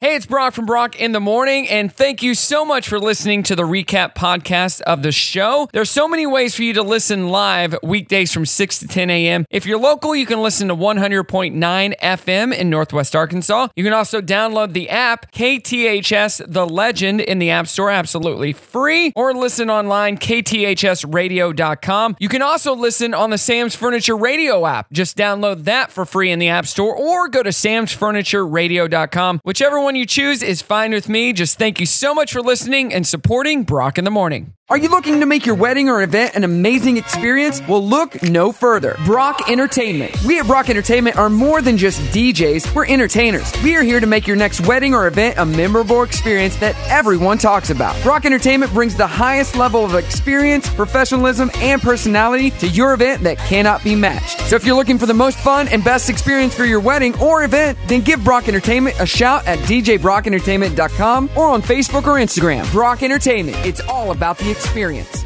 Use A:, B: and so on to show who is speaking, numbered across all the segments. A: Hey, it's Brock from Brock in the Morning, and thank you so much for listening to the recap podcast of the show. There's so many ways for you to listen live weekdays from 6 to 10 a.m. If you're local, you can listen to 100.9 FM in Northwest Arkansas. You can also download the app KTHS The Legend in the App Store absolutely free, or listen online kthsradio.com. You can also listen on the Sam's Furniture Radio app. Just download that for free in the App Store, or go to samsfurnitureradio.com. Whichever one you choose is fine with me. Just thank you so much for listening and supporting Brock in the Morning.
B: Are you looking to make your wedding or event an amazing experience? Well, look no further. Brock Entertainment. We at Brock Entertainment are more than just DJs, we're entertainers. We are here to make your next wedding or event a memorable experience that everyone talks about. Brock Entertainment brings the highest level of experience, professionalism, and personality to your event that cannot be matched. So if you're looking for the most fun and best experience for your wedding or event, then give Brock Entertainment a shout at djbrockentertainment.com or on Facebook or Instagram. Brock Entertainment. It's all about the experience.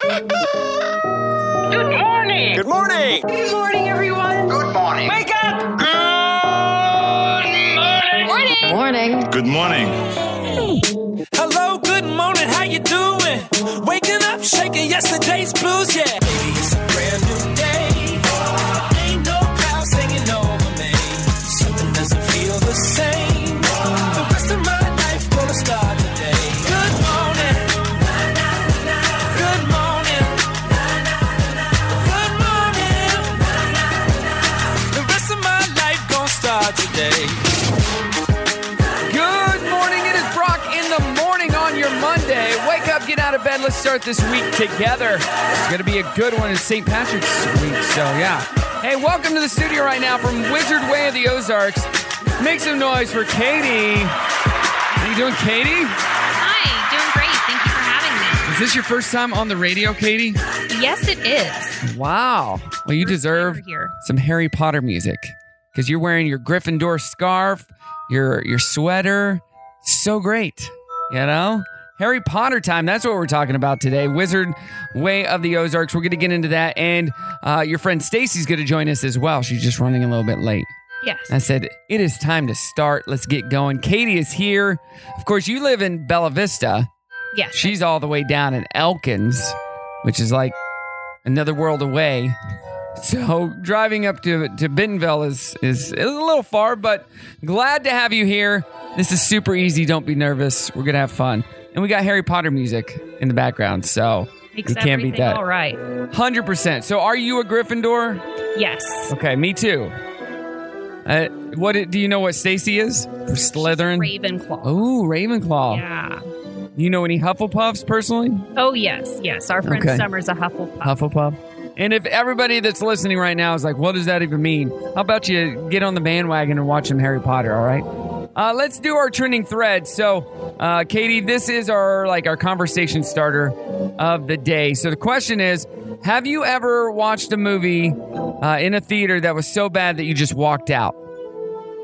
C: Good morning. Good morning.
D: Oh,
C: Good morning, everyone. Good morning. Wake up. Good morning. Morning.
E: Good morning.
F: Hello, good morning, how you doing? Waking up, shaking yesterday's blues, yeah. Baby, it's a brand new day. Ain't no clouds hanging over me. Something doesn't feel the same. The rest of my life gonna start today. Good morning. Good morning. Good morning. The rest of my life gonna start today.
A: Good morning. It is Brock in the morning on your Monday. Wake up, get out of bed. Let's start this week together. It's going to be a good one. It's St. Patrick's week, so yeah. Hey, welcome to the studio right now from Wizard Way of the Ozarks. Make some noise for Katie. How you doing, Katie?
G: Hi, doing great. Thank you for having
A: Is this your first time on the radio, Katie?
G: me. Yes, it is.
A: Wow. Well, you deserve
G: Over here.
A: some Harry Potter music because you're wearing your Gryffindor scarf, your your sweater. So great, you know. Harry Potter time. That's what we're talking about today. Wizard Way of the Ozarks. We're going to get into that, and uh, your friend Stacy's going to join us as well. She's just running a little bit late.
G: Yes.
A: I said, "It is time to start. Let's get going." Katie is here. Of course, you live in Bella Vista.
G: Yes.
A: She's all the way down in Elkins, which is like another world away. So driving up to to Bentonville is, is is a little far, but glad to have you here. This is super easy. Don't be nervous. We're gonna have fun, and we got Harry Potter music in the background, so
G: Makes
A: you can't
G: everything
A: beat that.
G: all right.
A: Hundred percent. So are you a Gryffindor?
G: Yes.
A: Okay, me too. Uh, what do you know? What Stacy is? Slytherin.
G: Ravenclaw.
A: Oh, Ravenclaw.
G: Yeah.
A: You know any Hufflepuffs personally?
G: Oh, yes. Yes. Our friend
A: Okay.
G: Summer's a Hufflepuff.
A: Hufflepuff. And if everybody that's listening right now is like, what does that even mean? How about you get on the bandwagon and watch some Harry Potter, all right? Uh, let's do our trending thread. So, uh, Katie, this is our like our conversation starter of the day. So the question is, have you ever watched a movie uh, in a theater that was so bad that you just walked out?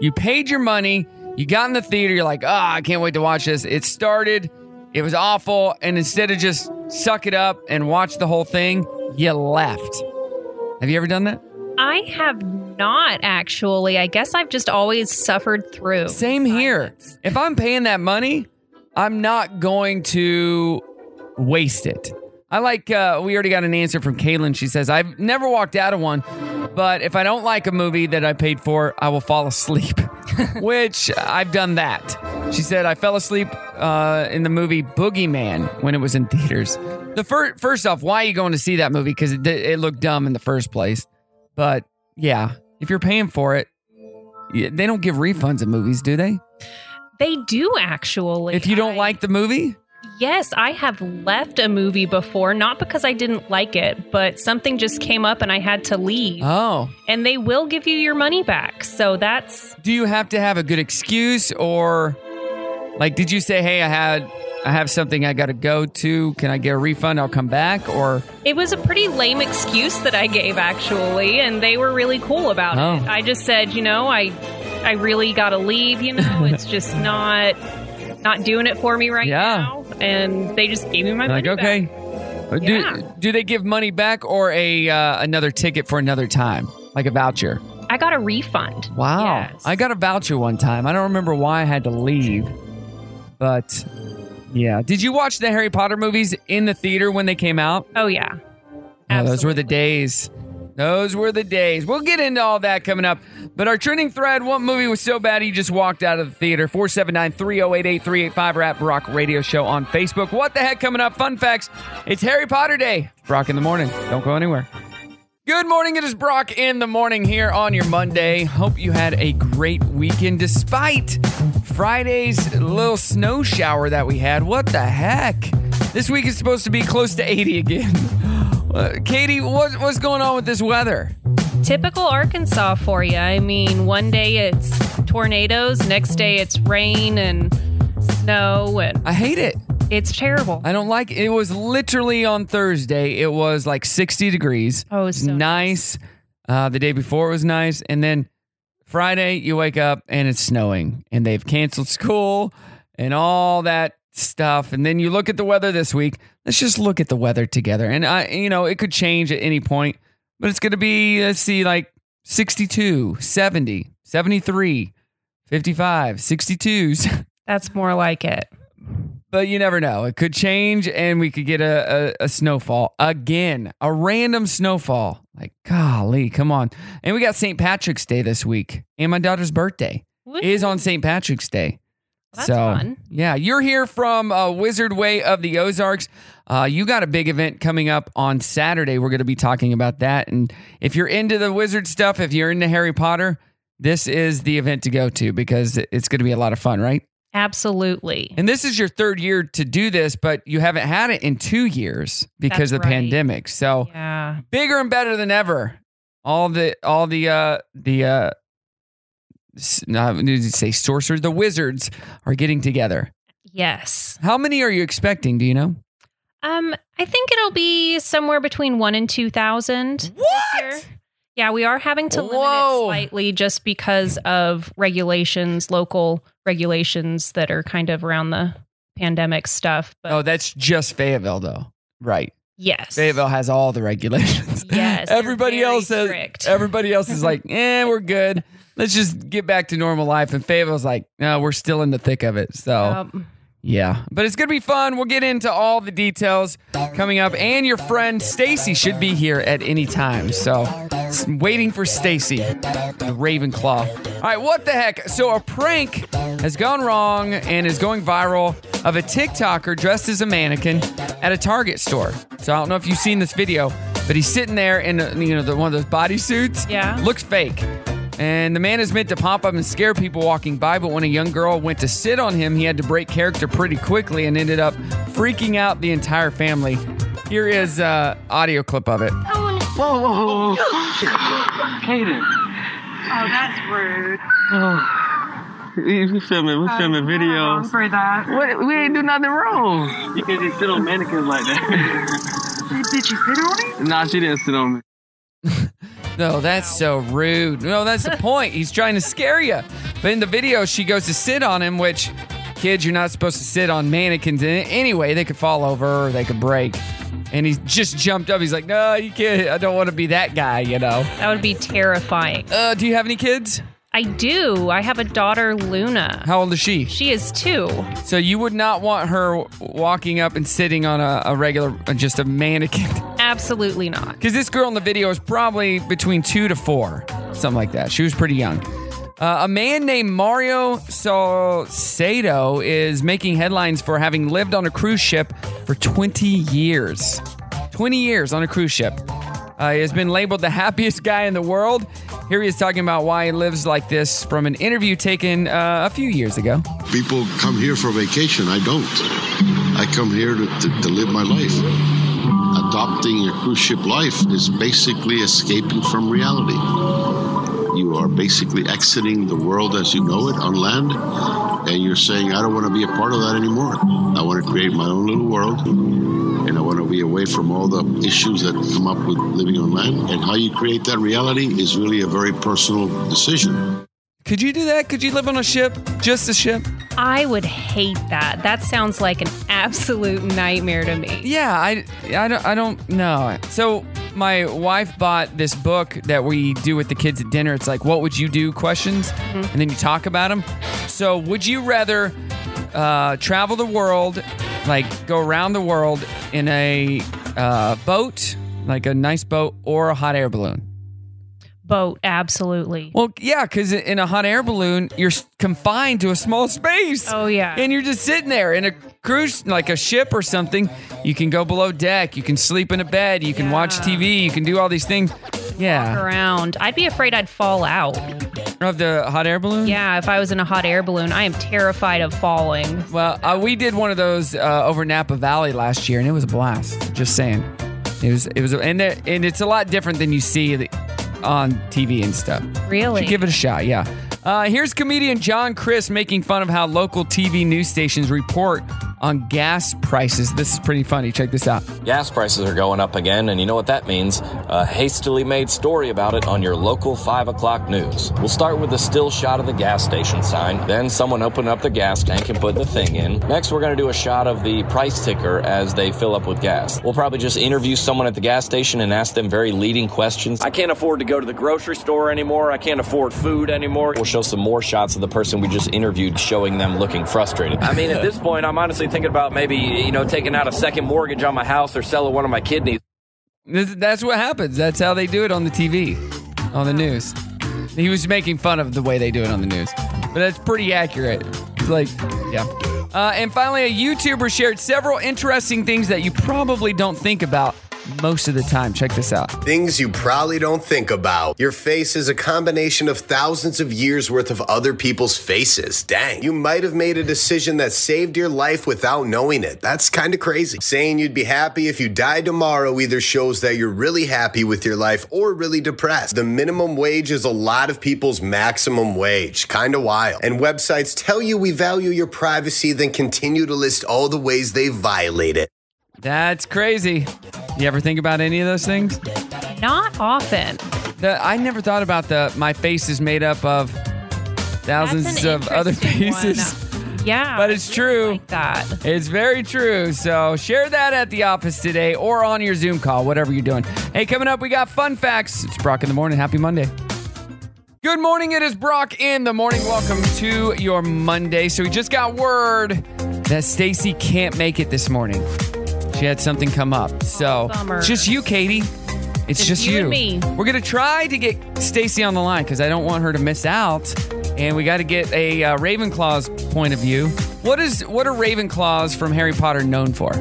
A: You paid your money, you got in the theater, you're like, ah, I can't wait to watch this. It started, it was awful, and instead of just suck it up and watch the whole thing, you left. Have you ever done that?
G: I have not actually. I guess I've just always suffered through.
A: Same here.
G: silence.
A: If I'm paying that money, I'm not going to waste it. I like, uh, we already got an answer from Kaylin. She says, I've never walked out of one, but if I don't like a movie that I paid for, I will fall asleep, which I've done that. She said, I fell asleep uh, in the movie Boogeyman when it was in theaters. The fir- First off, why are you going to see that movie? Because it, it looked dumb in the first place. But yeah, if you're paying for it, yeah, they don't give refunds of movies, do they?
G: They do actually.
A: If you don't
G: I-
A: like the movie,
G: Yes, I have left a movie before, not because I didn't like it, but something just came up and I had to leave.
A: oh,
G: and they will give you your money back. So that's
A: do you have to have a good excuse or like did you say, "Hey, I had I have something I got to go to. Can I get a refund? I'll come back." Or
G: It was a pretty lame excuse that I gave, actually, and they were really cool about
A: Oh.
G: it. I just said, you know, I, I really got to leave. You know, it's just not, not doing it for me right
A: Yeah.
G: now. And they just gave me my
A: like,
G: money back.
A: "Okay." Or Do
G: Yeah.
A: uh, do they give money back or a uh, another ticket for another time? Like a voucher.
G: I got a refund.
A: Wow.
G: Yes.
A: I got a voucher one time. I don't remember why I had to leave, but yeah. Did you watch the Harry Potter movies in the theater when they came out?
G: Oh yeah.
A: Oh, those were the days. Those were the days. We'll get into all that coming up. But our trending thread what movie was so bad he just walked out of the theater? 479 308 8385 or at Brock Radio Show on Facebook. What the heck coming up? Fun facts. It's Harry Potter Day. Brock in the morning. Don't go anywhere. Good morning. It is Brock in the morning here on your Monday. Hope you had a great weekend despite Friday's little snow shower that we had. What the heck? This week is supposed to be close to 80 again. Uh, Katie, what, what's going on with this weather?
G: Typical Arkansas for you. I mean, one day it's tornadoes, next day it's rain and snow, and
A: I hate it.
G: it's terrible.
A: I don't like it. was literally on Thursday. It was like 60 degrees.
G: Oh, it was so
A: nice. Uh, the day before it was nice. And then Friday, you wake up and it's snowing and they've canceled school and all that stuff. And then you look at the weather this week. Let's just look at the weather together. And I, you know, it could change at any point, but it's going to be, let's see, like 62, 70, 73, 55, 62s.
G: That's more like it.
A: but you never know. It could change, and we could get a, a, a snowfall again, a random snowfall. Like, golly, come on. And we got St. Patrick's Day this week, and my daughter's birthday is on St. Patrick's Day.
G: That's
A: so,
G: fun.
A: yeah, you're here from uh, Wizard Way of the Ozarks. Uh, you got a big event coming up on Saturday. We're going to be talking about that. And if you're into the wizard stuff, if you're into Harry Potter, this is the event to go to because it's going to be a lot of fun, right?
G: Absolutely.
A: And this is your third year to do this, but you haven't had it in two years because
G: That's
A: of the
G: right.
A: pandemic. So
G: Yeah.
A: bigger and better than ever. All the all the uh the uh s- no, I need to say sorcerers, the wizards are getting together.
G: Yes.
A: How many are you expecting? Do you know?
G: Um, I think it'll be somewhere between one and two thousand. What? Yeah, we are having to limit
A: Whoa.
G: it slightly just because of regulations, local regulations that are kind of around the pandemic stuff. But
A: Oh, that's just Fayetteville though. Right.
G: yes,
A: Fayetteville has all the regulations.
G: Yes, they're
A: everybody
G: very
A: else has,
G: strict.
A: everybody else is like, eh, we're good. Let's just get back to normal life. And Fayetteville's like, no, we're still in the thick of it. So
G: Um,
A: Yeah, but it's gonna be fun. We'll get into all the details coming up, and your friend Stacy should be here at any time. So, s- waiting for Stacy, the Ravenclaw. All right, what the heck? So a prank has gone wrong and is going viral of a TikToker dressed as a mannequin at a Target store. So I don't know if you've seen this video, but he's sitting there in uh, you know the, one of those bodysuits.
G: Yeah.
A: looks fake. And the man is meant to pop up and scare people walking by, but when a young girl went to sit on him, he had to break character pretty quickly and ended up freaking out the entire family. Here is uh, audio clip of it.
E: Whoa, whoa, whoa, whoa. Kaden,
D: Oh, that's rude.
E: we filming, we filming
D: Wrong
E: videos.
D: for that.
E: What, we ain't do nothing wrong. You can't just sit on mannequins like that.
D: Did you sit on it?
E: nah, she didn't sit on me.
A: No, that's so rude. No, that's the point. He's trying to scare you. But in the video, she goes to sit on him, which, kids, you're not supposed to sit on mannequins in anyway. They could fall over or they could break. And he just jumped up. He's like, no, you can't. I don't want to be that guy, you know.
G: that would be terrifying.
A: Uh, do you have any kids?
G: I do. I have a daughter, Luna.
A: How old is she?
G: She is two.
A: So you would not want her walking up and sitting on a, a regular, uh, just a mannequin.
G: Absolutely not.
A: Because this girl in the video is probably between two to four, something like that. She was pretty young. Uh, a man named Mario Salcedo is making headlines for having lived on a cruise ship for 20 years. 20 years on a cruise ship. Uh, he has been labeled the happiest guy in the world. Here he is talking about why he lives like this from an interview taken uh, a few years ago.
H: People come here for vacation. I don't. I come here to, to, to live my life. Adopting a cruise ship life is basically escaping from reality. You are basically exiting the world as you know it on land, and you're saying, I don't want to be a part of that anymore. I want to create my own little world, and I want to be away from all the issues that come up with living on land. And how you create that reality is really a very personal decision.
A: Could you do that? Could you live on a ship? Just a ship?
G: I would hate that. That sounds like an absolute nightmare to me.
A: Yeah, I, I don't, I don't know. So My wife bought this book that we do with the kids at dinner. It's like, what would you do questions, and then you talk about them. So, would you rather uh, travel the world, like go around the world in a uh, boat, like a nice boat, or a hot air balloon?
G: Boat, absolutely.
A: Well, yeah, because in a hot air balloon, you're s- confined to a small space.
G: Oh, yeah.
A: And you're just sitting there in a cruise, like a ship or something. You can go below deck. You can sleep in a bed. You can watch
G: Yeah.
A: TV. You can do all these things. Yeah.
G: Around. I'd be afraid I'd fall out.
A: Of the hot air balloon?
G: Yeah, if I was in a hot air balloon, I am terrified of falling.
A: Well, uh, we did one of those uh, over Napa Valley last year, and it was a blast. Just saying, it was it was, and it, and it's a lot different than you see the- on TV and stuff.
G: Really?
A: Should give it a shot. Yeah. Uh, here's comedian John Chris making fun of how local TV news stations report on gas prices. This is pretty funny. Check this out.
I: Gas prices are going up again, and you know what that means. A hastily made story about it on your local 5 o'clock news. We'll start with a still shot of the gas station sign, then someone opened up the gas tank and put the thing in. Next, we're going to do a shot of the price ticker as they fill up with gas. We'll probably just interview someone at the gas station and ask them very leading questions. I can't afford to go to the grocery store anymore. I can't afford food anymore. We'll show some more shots of the person we just interviewed, showing them looking frustrated. I mean, at this point, I'm honestly thinking about maybe, you know, taking out a second mortgage on my house or selling one of my kidneys.
A: This, that's what happens. That's how they do it on the TV, on the news. He was making fun of the way they do it on the news, but that's pretty accurate. It's like, yeah. Uh, and finally, a YouTuber shared several interesting things that you probably don't think about most of the time. Check this out.
J: Things you probably don't think about. Your face is a combination of thousands of years worth of other people's faces. Dang. You might have made a decision that saved your life without knowing it. That's kind of crazy. Saying you'd be happy if you died tomorrow either shows that you're really happy with your life or really depressed. The minimum wage is a lot of people's maximum wage. Kind of wild. And websites tell you we value your privacy, then continue to list all the ways they violate it.
A: That's crazy. You ever think about any of those things?
G: Not often.
A: The, I never thought about the my face is made up of thousands
G: That's an
A: of other
G: interesting one.
A: pieces.
G: Yeah.
A: But it's
G: I really
A: true.
G: Like that.
A: It's very true. So share that at the office today or on your Zoom call, whatever you're doing. Hey, coming up, we got fun facts. It's Brock in the morning. Happy Monday. Good morning. It is Brock in the morning. Welcome to your Monday. So we just got word that Stacy can't make it this morning. She had something come up. So
G: bummer.
A: it's just you, Katie. It's just,
G: you and me.
A: We're gonna try to get Stacy on the line because I don't want her to miss out, and we got to get a uh, Ravenclaw's point of view. What is what are Ravenclaws from Harry Potter known for?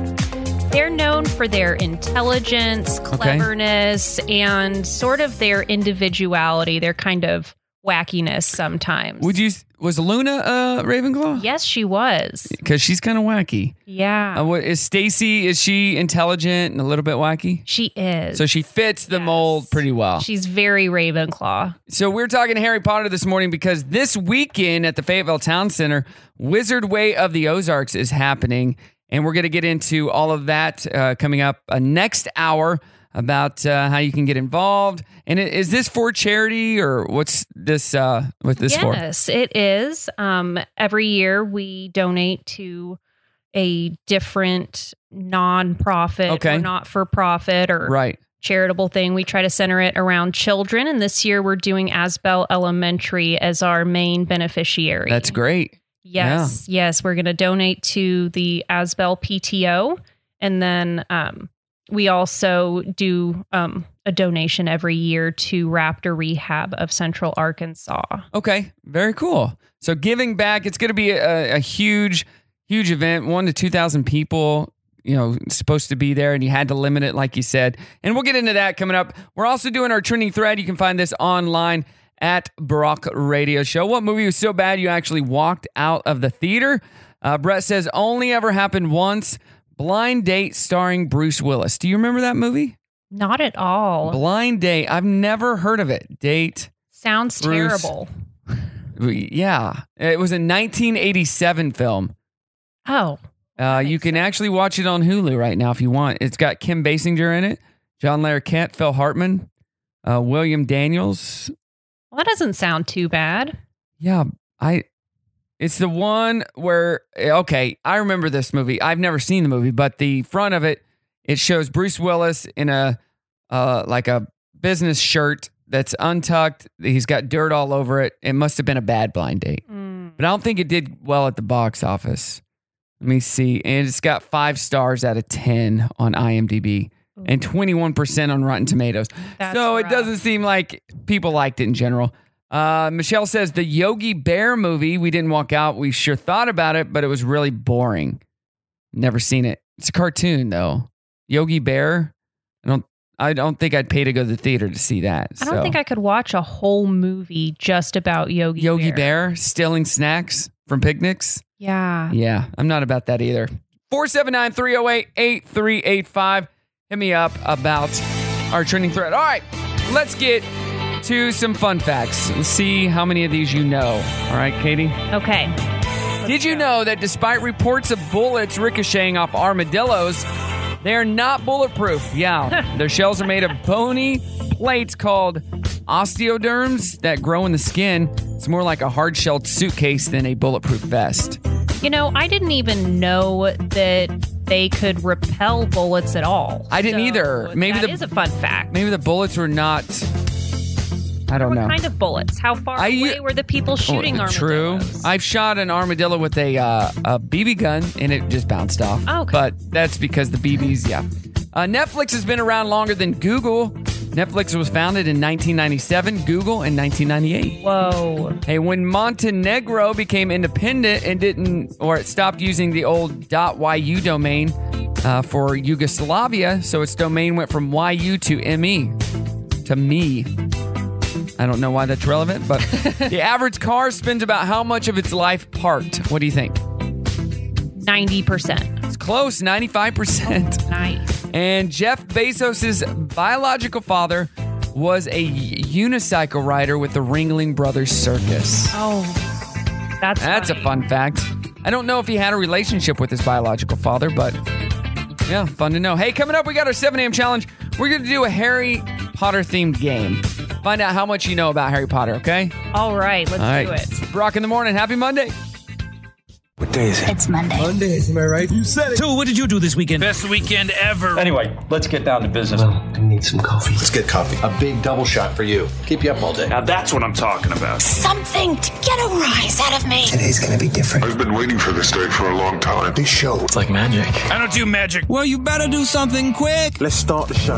G: They're known for their intelligence, cleverness, and sort of their individuality, their kind of wackiness sometimes.
A: Would you was Luna a Ravenclaw?
G: yes, she was.
A: because she's kind of wacky.
G: Yeah.
A: Uh, what is Stacy? Is she intelligent and a little bit wacky?
G: she is.
A: So she fits the mold pretty well.
G: She's very Ravenclaw.
A: So we're talking Harry Potter this morning because this weekend at the Fayetteville Town Center, Wizard Way of the Ozarks is happening, and we're going to get into all of that uh, coming up uh, next hour about uh, how you can get involved. And i- is this for charity or what's this? Uh, what this for?
G: yes, it is. Um, every year we donate to a different nonprofit
A: Okay.
G: or not for profit or
A: Right.
G: charitable thing. We try to center it around children. And this year we're doing Asbel Elementary as our main beneficiary.
A: That's great.
G: Yes. Yes. We're going to donate to the Asbel PTO. And then um, we also do um, a donation every year to Raptor Rehab of Central Arkansas.
A: Okay, very cool. So giving back, it's going to be a, a huge, huge event. One to two thousand people, you know, supposed to be there, and you had to limit it, like you said. And we'll get into that coming up. We're also doing our trending thread. You can find this online at Brock Radio Show. What movie was so bad you actually walked out of the theater? Uh, Brett says only ever happened once. Blind Date starring Bruce Willis. Do you remember that movie?
G: Not at all.
A: Blind Date. I've never heard of it. Date.
G: Sounds
A: Bruce.
G: terrible.
A: Yeah, it was a 1987 film.
G: Oh,
A: Uh, you can actually watch it on Hulu right now if you want. It's got Kim Basinger in it, John Larroquette, Phil Hartman, uh, William Daniels.
G: well, that doesn't sound too bad.
A: Yeah, I. It's the one where eh, okay, I remember this movie. I've never seen the movie, but the front of it it shows Bruce Willis in a uh, like a business shirt that's untucked. He's got dirt all over it. It must have been a bad blind date,
G: Mm,
A: but I don't think it did well at the box office. Let me see. And it's got five stars out of 10 on IMDb and 21% on Rotten Tomatoes.
G: That's
A: so it
G: rough.
A: doesn't seem like people liked it in general. Uh, Michelle says the Yogi Bear movie, we didn't walk out. We sure thought about it, but it was really boring. Never seen it. It's a cartoon though. Yogi Bear. I don't I don't think I'd pay to go to the theater to see that.
G: I don't think I could watch a whole movie just about Yogi
A: Yogi
G: Bear.
A: Bear stealing snacks from picnics.
G: Yeah.
A: Yeah, I'm not about that either. 479 308 8385. Hit me up about our trending thread. All right, let's get to some fun facts. Let's see how many of these you know. All right, Katie?
G: Okay.
A: Did you know that despite reports of bullets ricocheting off armadillos, they are not bulletproof? Yeah, their shells are made of bony plates called osteoderms that grow in the skin. It's more like a hard shelled suitcase than a bulletproof vest.
G: You know, I didn't even know that they could repel bullets at all.
A: I didn't
G: So
A: either. Maybe
G: that
A: the-
G: is a fun fact.
A: Maybe the bullets were not. I don't
G: what
A: know.
G: kind of bullets? How far
A: I-
G: away were the people shooting
A: Oh,
G: armadillos?
A: True. I've shot an armadillo with a uh, a BB gun and it just bounced off.
G: Oh, okay.
A: But that's because the BBs, yeah. Uh, Netflix has been around longer than Google. Netflix was founded in 1997, Google in 1998.
G: Whoa.
A: Hey, when Montenegro became independent and didn't, or it stopped using the old .yu domain uh, for Yugoslavia, so its domain went from YU to ME, to me. I don't know why that's relevant, but the average car spends about how much of its life parked? What do you think?
G: 90%.
A: It's close, 95%.
G: Nice.
A: And Jeff Bezos' biological father was a unicycle rider with the Ringling Brothers Circus.
G: Oh, that's
A: That's a fun
G: funny.
A: fact. I don't know if he had a relationship with his biological father, but yeah, fun to know. Hey, coming up, we got our 7 a.m. challenge. We're going to do a Harry Potter themed game. Find out how much you know about Harry Potter, okay?
G: All right, let's
A: All right.
G: do it.
A: It's Brock in the morning. Happy Monday.
K: What day is it?
L: It's Monday.
K: Mondays, am I right? You said it. So, what did you do this weekend? Best weekend ever. Anyway, let's get down to business. I need some coffee. Let's get coffee. A big double shot for you. Keep you up all day. Now that's what I'm talking about.
L: Something to get a rise out of me.
K: Today's gonna be different. I've been waiting for this day for a long time. This show. It's like magic.
F: I don't do magic. Well, you better do something quick.
K: Let's start the show.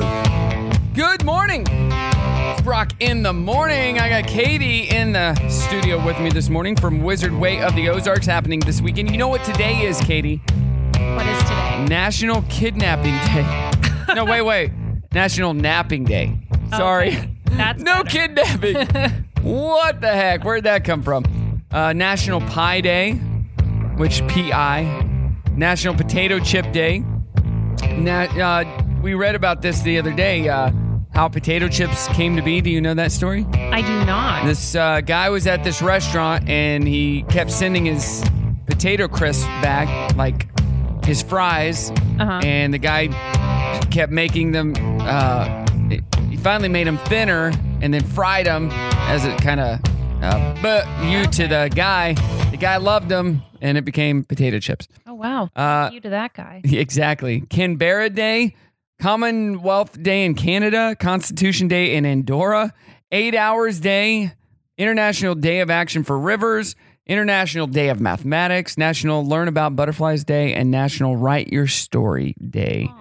A: Good morning. It's Brock in the morning. I got Katie in the studio with me this morning from Wizard Way of the Ozarks happening this weekend. You know what today is, Katie?
G: What is today?
A: National Kidnapping Day. no, wait, wait. National Napping Day. Sorry.
G: That's
A: no kidnapping. what the heck? Where'd that come from? Uh, National Pie Day, which PI. National Potato Chip Day. Na- uh, we read about this the other day. Uh, how potato chips came to be. Do you know that story?
G: I do not.
A: This uh, guy was at this restaurant and he kept sending his potato crisp back, like his fries,
G: Uh-huh.
A: and the guy kept making them. Uh, he finally made them thinner and then fried them as it kind of uh, but you to the guy. The guy loved them and it became potato chips.
G: oh wow.
A: Uh,
G: Thank you to that guy.
A: Exactly. Canberra Day, Commonwealth Day in Canada, Constitution Day in Andorra, Eight Hours Day, International Day of Action for Rivers, International Day of Mathematics, National Learn About Butterflies Day, and National Write Your Story Day.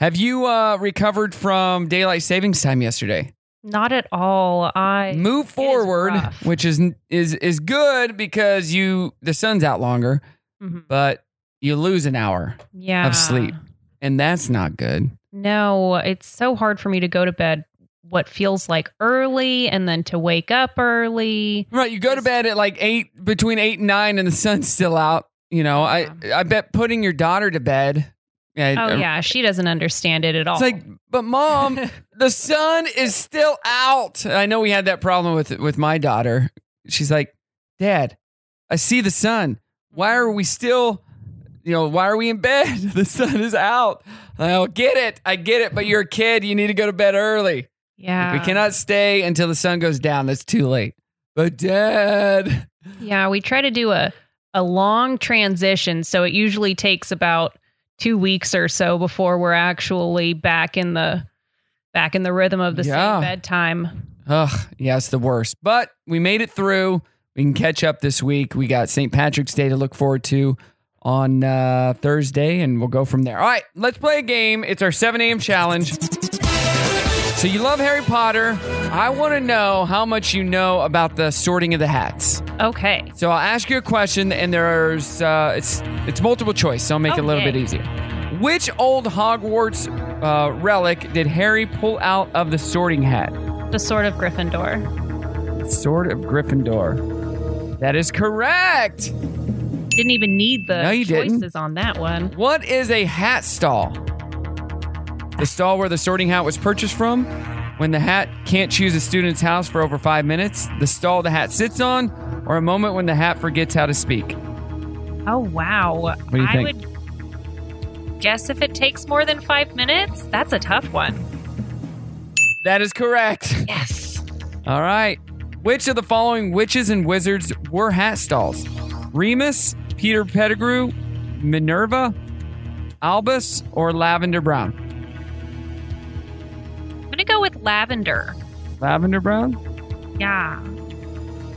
A: Have you uh, recovered from daylight savings time yesterday?
G: Not at all. I
A: Move forward,
G: rough.
A: which is is is good because you the sun's out longer,
G: Mhm.
A: but you lose an hour
G: yeah.
A: of sleep, and that's not good.
G: No, it's so hard for me to go to bed what feels like early and then to wake up early.
A: Right, you go to bed at like eight, between eight and nine, and the sun's still out. You know, I I bet putting your daughter to bed.
G: Oh yeah, she doesn't understand it at all.
A: It's like, but mom, the sun is still out. I know we had that problem with with my daughter. She's like, Dad, I see the sun. Why are we still, you know, why are we in bed? The sun is out. I get it, I get it. But you're a kid. You need to go to bed early.
G: yeah,
A: We cannot stay until the sun goes down. That's too late. But Dad.
G: Yeah, we try to do a a long transition, so it usually takes about two weeks or so before we're actually back in the back in the rhythm of the
A: Yeah.
G: same bedtime.
A: Ugh, yeah, it's the worst. But we made it through. We can catch up this week. We got St. Patrick's Day to look forward to on uh, Thursday, and we'll go from there. All right, let's play a game. It's our 7 a.m. challenge. So you love Harry Potter. I want to know how much you know about the sorting of the hats.
G: Okay.
A: So I'll ask you a question, and there's uh, it's it's multiple choice, so I'll make it a little
G: Okay.
A: bit easier. Which old Hogwarts uh, relic did Harry pull out of the sorting hat?
G: The Sword of Gryffindor.
A: Sword of Gryffindor. That is correct.
G: Didn't even need the
A: No, you
G: choices
A: didn't.
G: on that one.
A: What is a hat stall? The stall where the sorting hat was purchased from. When the hat can't choose a student's house for over five minutes, the stall the hat sits on, or a moment when the hat forgets how to speak.
G: Oh wow. What
A: do you
G: I
A: think?
G: would guess if it takes more than five minutes, that's a tough one.
A: That is correct.
G: Yes.
A: All right. Which of the following witches and wizards were hat stalls? Remus, Peter Pettigrew, Minerva, Albus, or Lavender Brown?
G: I'm gonna go with lavender.
A: Lavender Brown?
G: Yeah.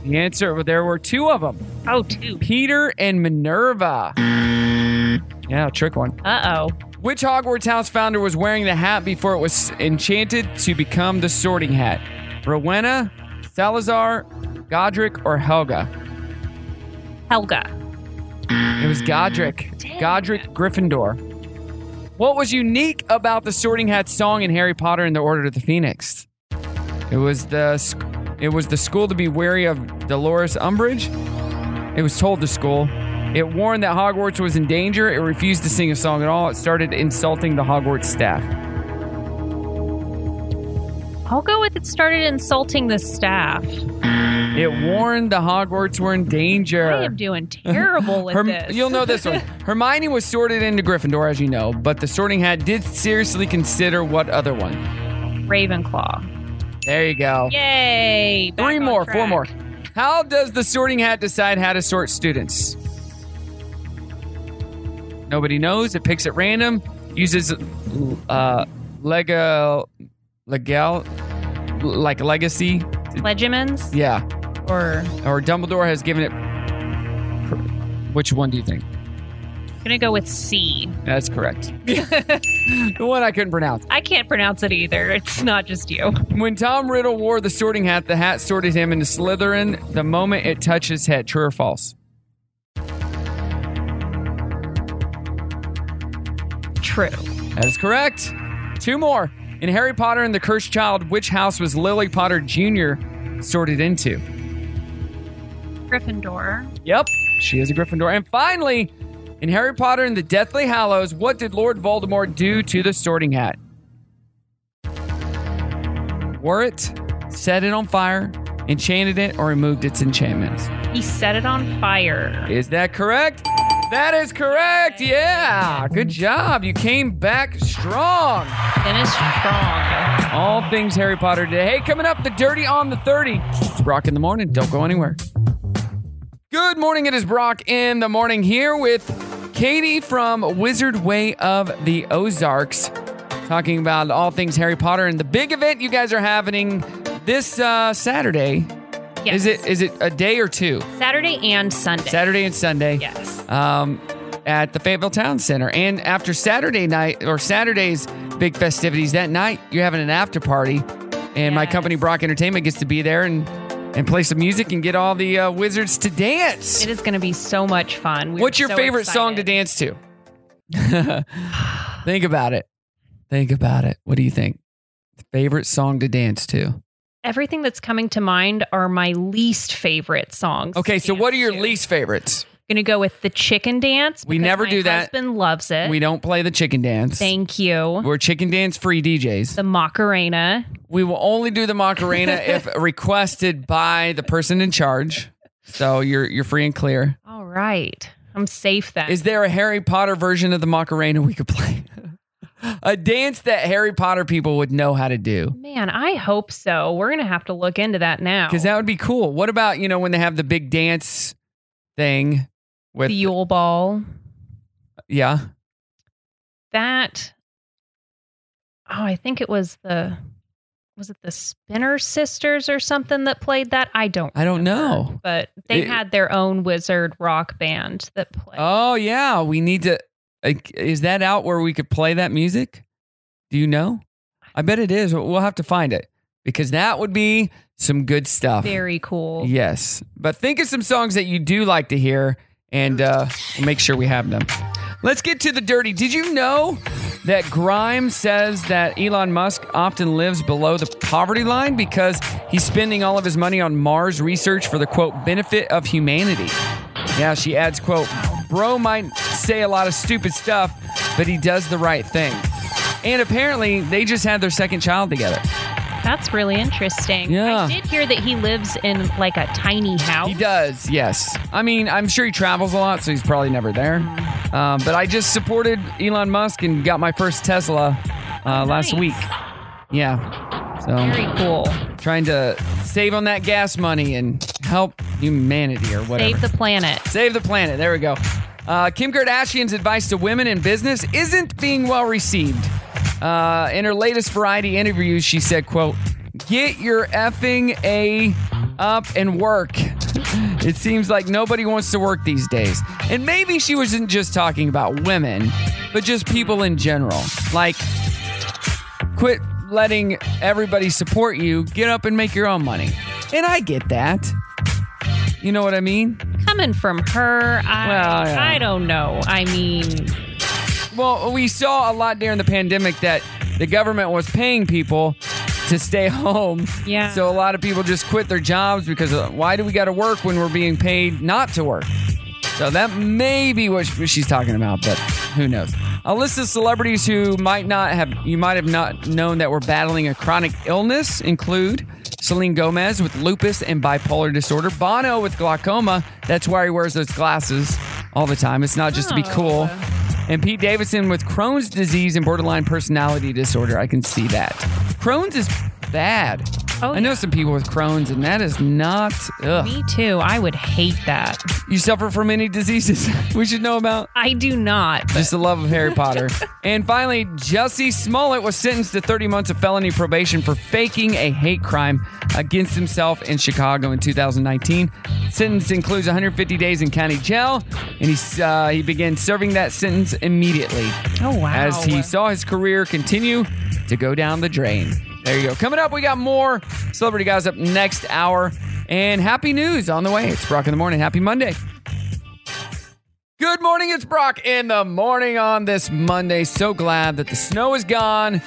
A: The answer, well, there were two of them
G: Oh two.
A: Peter and Minerva. Yeah, trick one.
G: Uh oh.
A: Which Hogwarts house founder was wearing the hat before it was enchanted to become the sorting hat? Rowena, Salazar, Godric, or Helga?
G: Helga.
A: It was Godric. Godric Gryffindor. What was unique about the Sorting Hat song in Harry Potter and the Order of the Phoenix? It was the sc- it was the school to be wary of Dolores Umbridge. It was told to school. It warned that Hogwarts was in danger. It refused to sing a song at all. It started insulting the Hogwarts staff.
G: I'll go with it started insulting the staff.
A: It warned the Hogwarts were in danger.
G: I am doing terrible with
A: Herm-
G: this.
A: You'll know this one. Hermione was sorted into Gryffindor, as you know, but the Sorting Hat did seriously consider what other one.
G: Ravenclaw.
A: There you go.
G: Yay. back
A: Three
G: on
A: more, four
G: track.
A: more. How does the Sorting Hat decide how to sort students? Nobody knows. It picks at random. Uses uh, legal, legal, like legacy.
G: Legimens
A: Yeah.
G: or
A: Or Dumbledore has given it. Which one do you think?
G: I'm gonna go with C.
A: That's correct. the one I couldn't pronounce.
G: I can't pronounce it either. It's not just you.
A: When Tom Riddle wore the sorting hat, the hat sorted him into Slytherin the moment it touched his head. True or false?
G: True.
A: That is correct. Two more. In Harry Potter and the Cursed Child, which house was Lily Potter Jr. sorted into?
G: Gryffindor.
A: Yep, she is a Gryffindor. And finally, in Harry Potter and the Deathly Hallows, what did Lord Voldemort do to the sorting hat? Wore it, set it on fire, enchanted it, or removed its enchantment?
G: He set it on fire.
A: Is that correct? That is correct. Yeah. Good job. You came back strong.
G: Finish strong.
A: All things Harry Potter today. Hey, coming up, the dirty on the 30. It's Brock in the morning. Don't go anywhere. Good morning. It is Brock in the morning here with Katie from Wizard Way of the Ozarks, talking about all things Harry Potter and the big event you guys are having this uh, Saturday.
G: Yes.
A: Is it is it a day or two?
G: Saturday and Sunday.
A: Saturday and Sunday.
G: Yes.
A: um, at the Fayetteville Town Center. And after Saturday night or Saturday's big festivities that night, you're having an after party, and my company Brock Entertainment gets to be there and and play some music and get all the uh, wizards to dance.
G: It is going to be so much fun. We're
A: What's your
G: so
A: favorite
G: excited.
A: song to dance to? think about it. Think about it. What do you think? Favorite song to dance to?
G: Everything that's coming to mind are my least favorite songs.
A: Okay, so what are your least favorites?
G: going to go with the chicken dance.
A: We
G: because
A: never
G: my
A: do that.
G: Husband loves it.
A: We don't play the chicken dance.
G: Thank you.
A: We're chicken dance free DJs.
G: The Macarena.
A: We will only do the Macarena if requested by the person in charge. So you're you're free and clear.
G: All right. I'm safe then.
A: Is there a Harry Potter version of the Macarena we could play? a dance that Harry Potter people would know how to do.
G: Man, I hope so. We're going to have to look into that now.
A: Because that would be cool. What about, you know, when they have the big dance thing with
G: the Yule Ball.
A: Yeah.
G: That oh, I think it was the was it the Spinner sisters or something that played that? I don't
A: I don't know.
G: but they
A: It-
G: had their own wizard rock band that played.
A: Oh yeah, we need to. Like, is that out where we could play that music? Do you know? I bet it is. We'll have to find it because that would be some good stuff.
G: Very cool.
A: Yes, but think of some songs that you do like to hear, and uh, we'll make sure we have them. Let's get to the dirty. Did you know that Grimes says that Elon Musk often lives below the poverty line because he's spending all of his money on Mars research for the quote benefit of humanity? Yeah, she adds quote, "Bro might say a lot of stupid stuff, but he does the right thing." And apparently, they just had their second child together.
G: That's really interesting.
A: Yeah.
G: I did hear that he lives in like a tiny house.
A: He does, yes. I mean, I'm sure he travels a lot, so he's probably never there. Um, but I just supported Elon Musk and got my first Tesla uh, last week. Yeah. So
G: Very cool.
A: Trying to save on that gas money and help humanity or whatever.
G: Save the planet.
A: Save the planet. There we go. Uh, Kim Kardashian's advice to women in business isn't being well received. Uh, in her latest Variety interview, she said, "quote Get your effing a up and work." It seems like nobody wants to work these days. And maybe she wasn't just talking about women, but just people in general. Like, quit letting everybody support you. Get up and make your own money. And I get that. You know what I mean?
G: Coming from her, I,
A: Well, yeah.
G: I don't know. I mean,
A: Well, we saw a lot during the pandemic that the government was paying people to stay home.
G: Yeah.
A: So a lot of people just quit their jobs because uh, why do we got to work when we're being paid not to work? So that may be what sh- she's talking about, but who knows? A list of celebrities who might not have you might have not known that were battling a chronic illness include Selene Gomez with lupus and bipolar disorder, Bono with glaucoma. That's why he wears those glasses all the time. It's not just to be cool. And Pete Davidson with Crohn's disease and borderline personality disorder. I can see that. Crohn's is bad. I know some people with Crohn's, and that is not. Ugh.
G: Me too. I would hate that.
A: You suffer from any diseases we should know about?
G: I do not.
A: Just the love of Harry Potter. and finally, Jussie Smollett was sentenced to 30 months of felony probation for faking a hate crime against himself in Chicago in 2019. Sentence includes 150 days in county jail, and he uh, he began serving that sentence immediately.
G: Oh wow!
A: As he saw his career continue to go down the drain. There you go. Coming up, we got more celebrity guys up next hour, and happy news on the way. It's Brock in the morning. Happy Monday. Good morning, it's Brock in the morning on this Monday. So glad that the snow is gone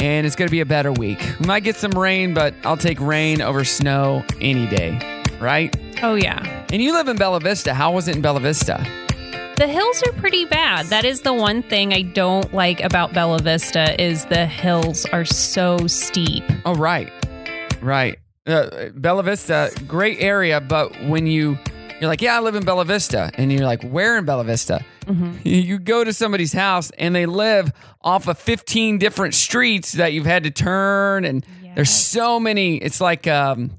A: and it's going to be a better week. We might get some rain, but I'll take rain over snow any day, right?
G: Oh, yeah.
A: And you live in Bella Vista. How was it in Bella Vista?
G: The hills are pretty bad. That is the one thing I don't like about Bella Vista is the hills are so steep.
A: Oh, right. Right. Uh, Bella Vista, great area, but when you you're like, yeah, I live in Bella Vista, and you're like, where in Bella Vista? You- You go to somebody's house and they live off of 15 different streets that you've had to turn, and there's so many. It's like um,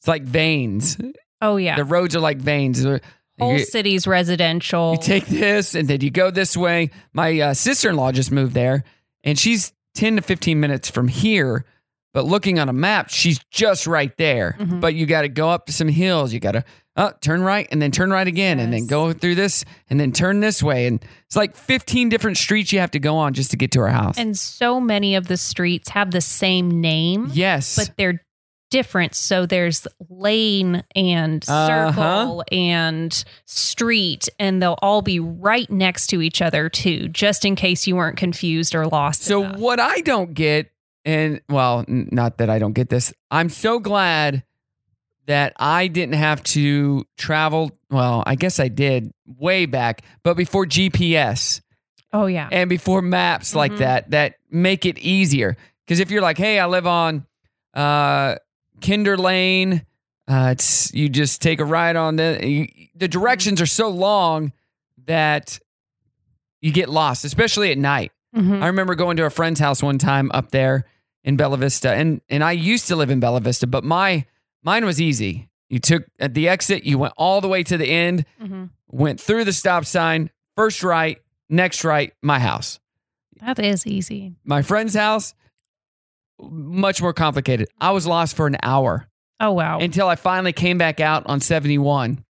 A: it's like veins.
G: Oh yeah,
A: the roads are like veins. They're-
G: Whole
A: you-
G: city's residential.
A: you take this and then you go this way. My uh, sister in law just moved there and she's 10 to 15 minutes from here. But looking on a map, she's just right there.
G: Mm-hmm.
A: But you got to go up some hills. You got to uh, turn right and then turn right again and then go through this and then turn this way. And it's like 15 different streets you have to go on just to get to her house.
G: and so many of the streets have the same name.
A: Yes.
G: But they're different. So there's lane and
A: Uh-huh.
G: circle and street, and they'll all be right next to each other, too, just in case you weren't confused or lost.
A: So what I don't get, and well, n- not that I don't get this, I'm so glad that I didn't have to travel. Well, I guess I did way back, but before GPS
G: Oh, yeah.
A: and before maps like that, that make it easier. Because if you're like, hey, I live on uh, Kinder Lane, uh, it's you just take a ride on the you, the directions are so long that you get lost, especially at night.
G: Mhm.
A: I remember going to a friend's house one time up there in Bella Vista, and and I used to live in Bella Vista, but my mine was easy. You took at the exit, you went all the way to the end,
G: Mm-hmm.
A: went through the stop sign, first right, next right, my house
G: That is easy.
A: my friend's house. much more complicated. I was lost for an hour.
G: Oh wow.
A: Until I finally came back out on 71.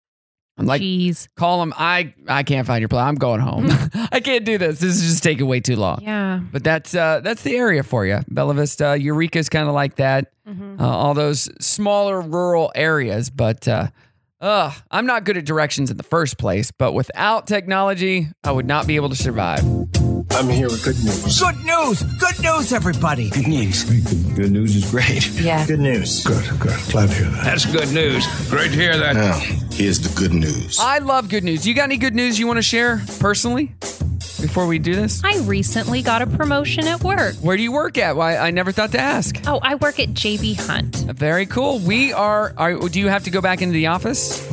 A: I'm like,
G: Jeez.
A: call him. I I can't find your play. I'm going home. I can't do this. This is just taking way too long.
G: Yeah.
A: But that's uh, that's the area for you, Bella Vista. Eureka's kind of like that. Uh, all those smaller rural areas. But uh, uh, I'm not good at directions in the first place. But without technology, I would not be able to survive.
M: I'm here with good news.
F: Good news! Good news, everybody! Good news.
M: Good news is great.
F: Yeah.
M: Good news. Good, good. Glad to hear that.
K: That's good news. Great to hear that.
M: Now, here's the good news.
A: I love good news. You got any good news you want to share personally before we do this?
G: I recently got a promotion at work.
A: Where do you work at? Why I never thought to ask.
G: Oh, I work at JB Hunt.
A: Very cool. We are. Are do you have to go back into the office?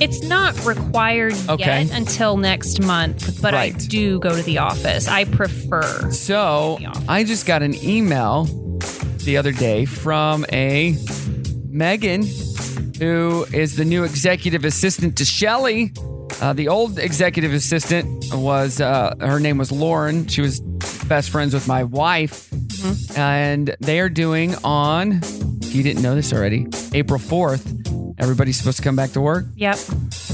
G: It's not required
A: Okay.
G: yet until next month, but I
A: Right.
G: do go to the office. I prefer.
A: So I just got an email the other day from a Megan, who is the new executive assistant to Shelly. Uh, the old executive assistant was uh, her name was Lauren. She was best friends with my wife, and they are doing on. If you didn't know this already, April fourth. Everybody's supposed to come back to work.
G: Yep.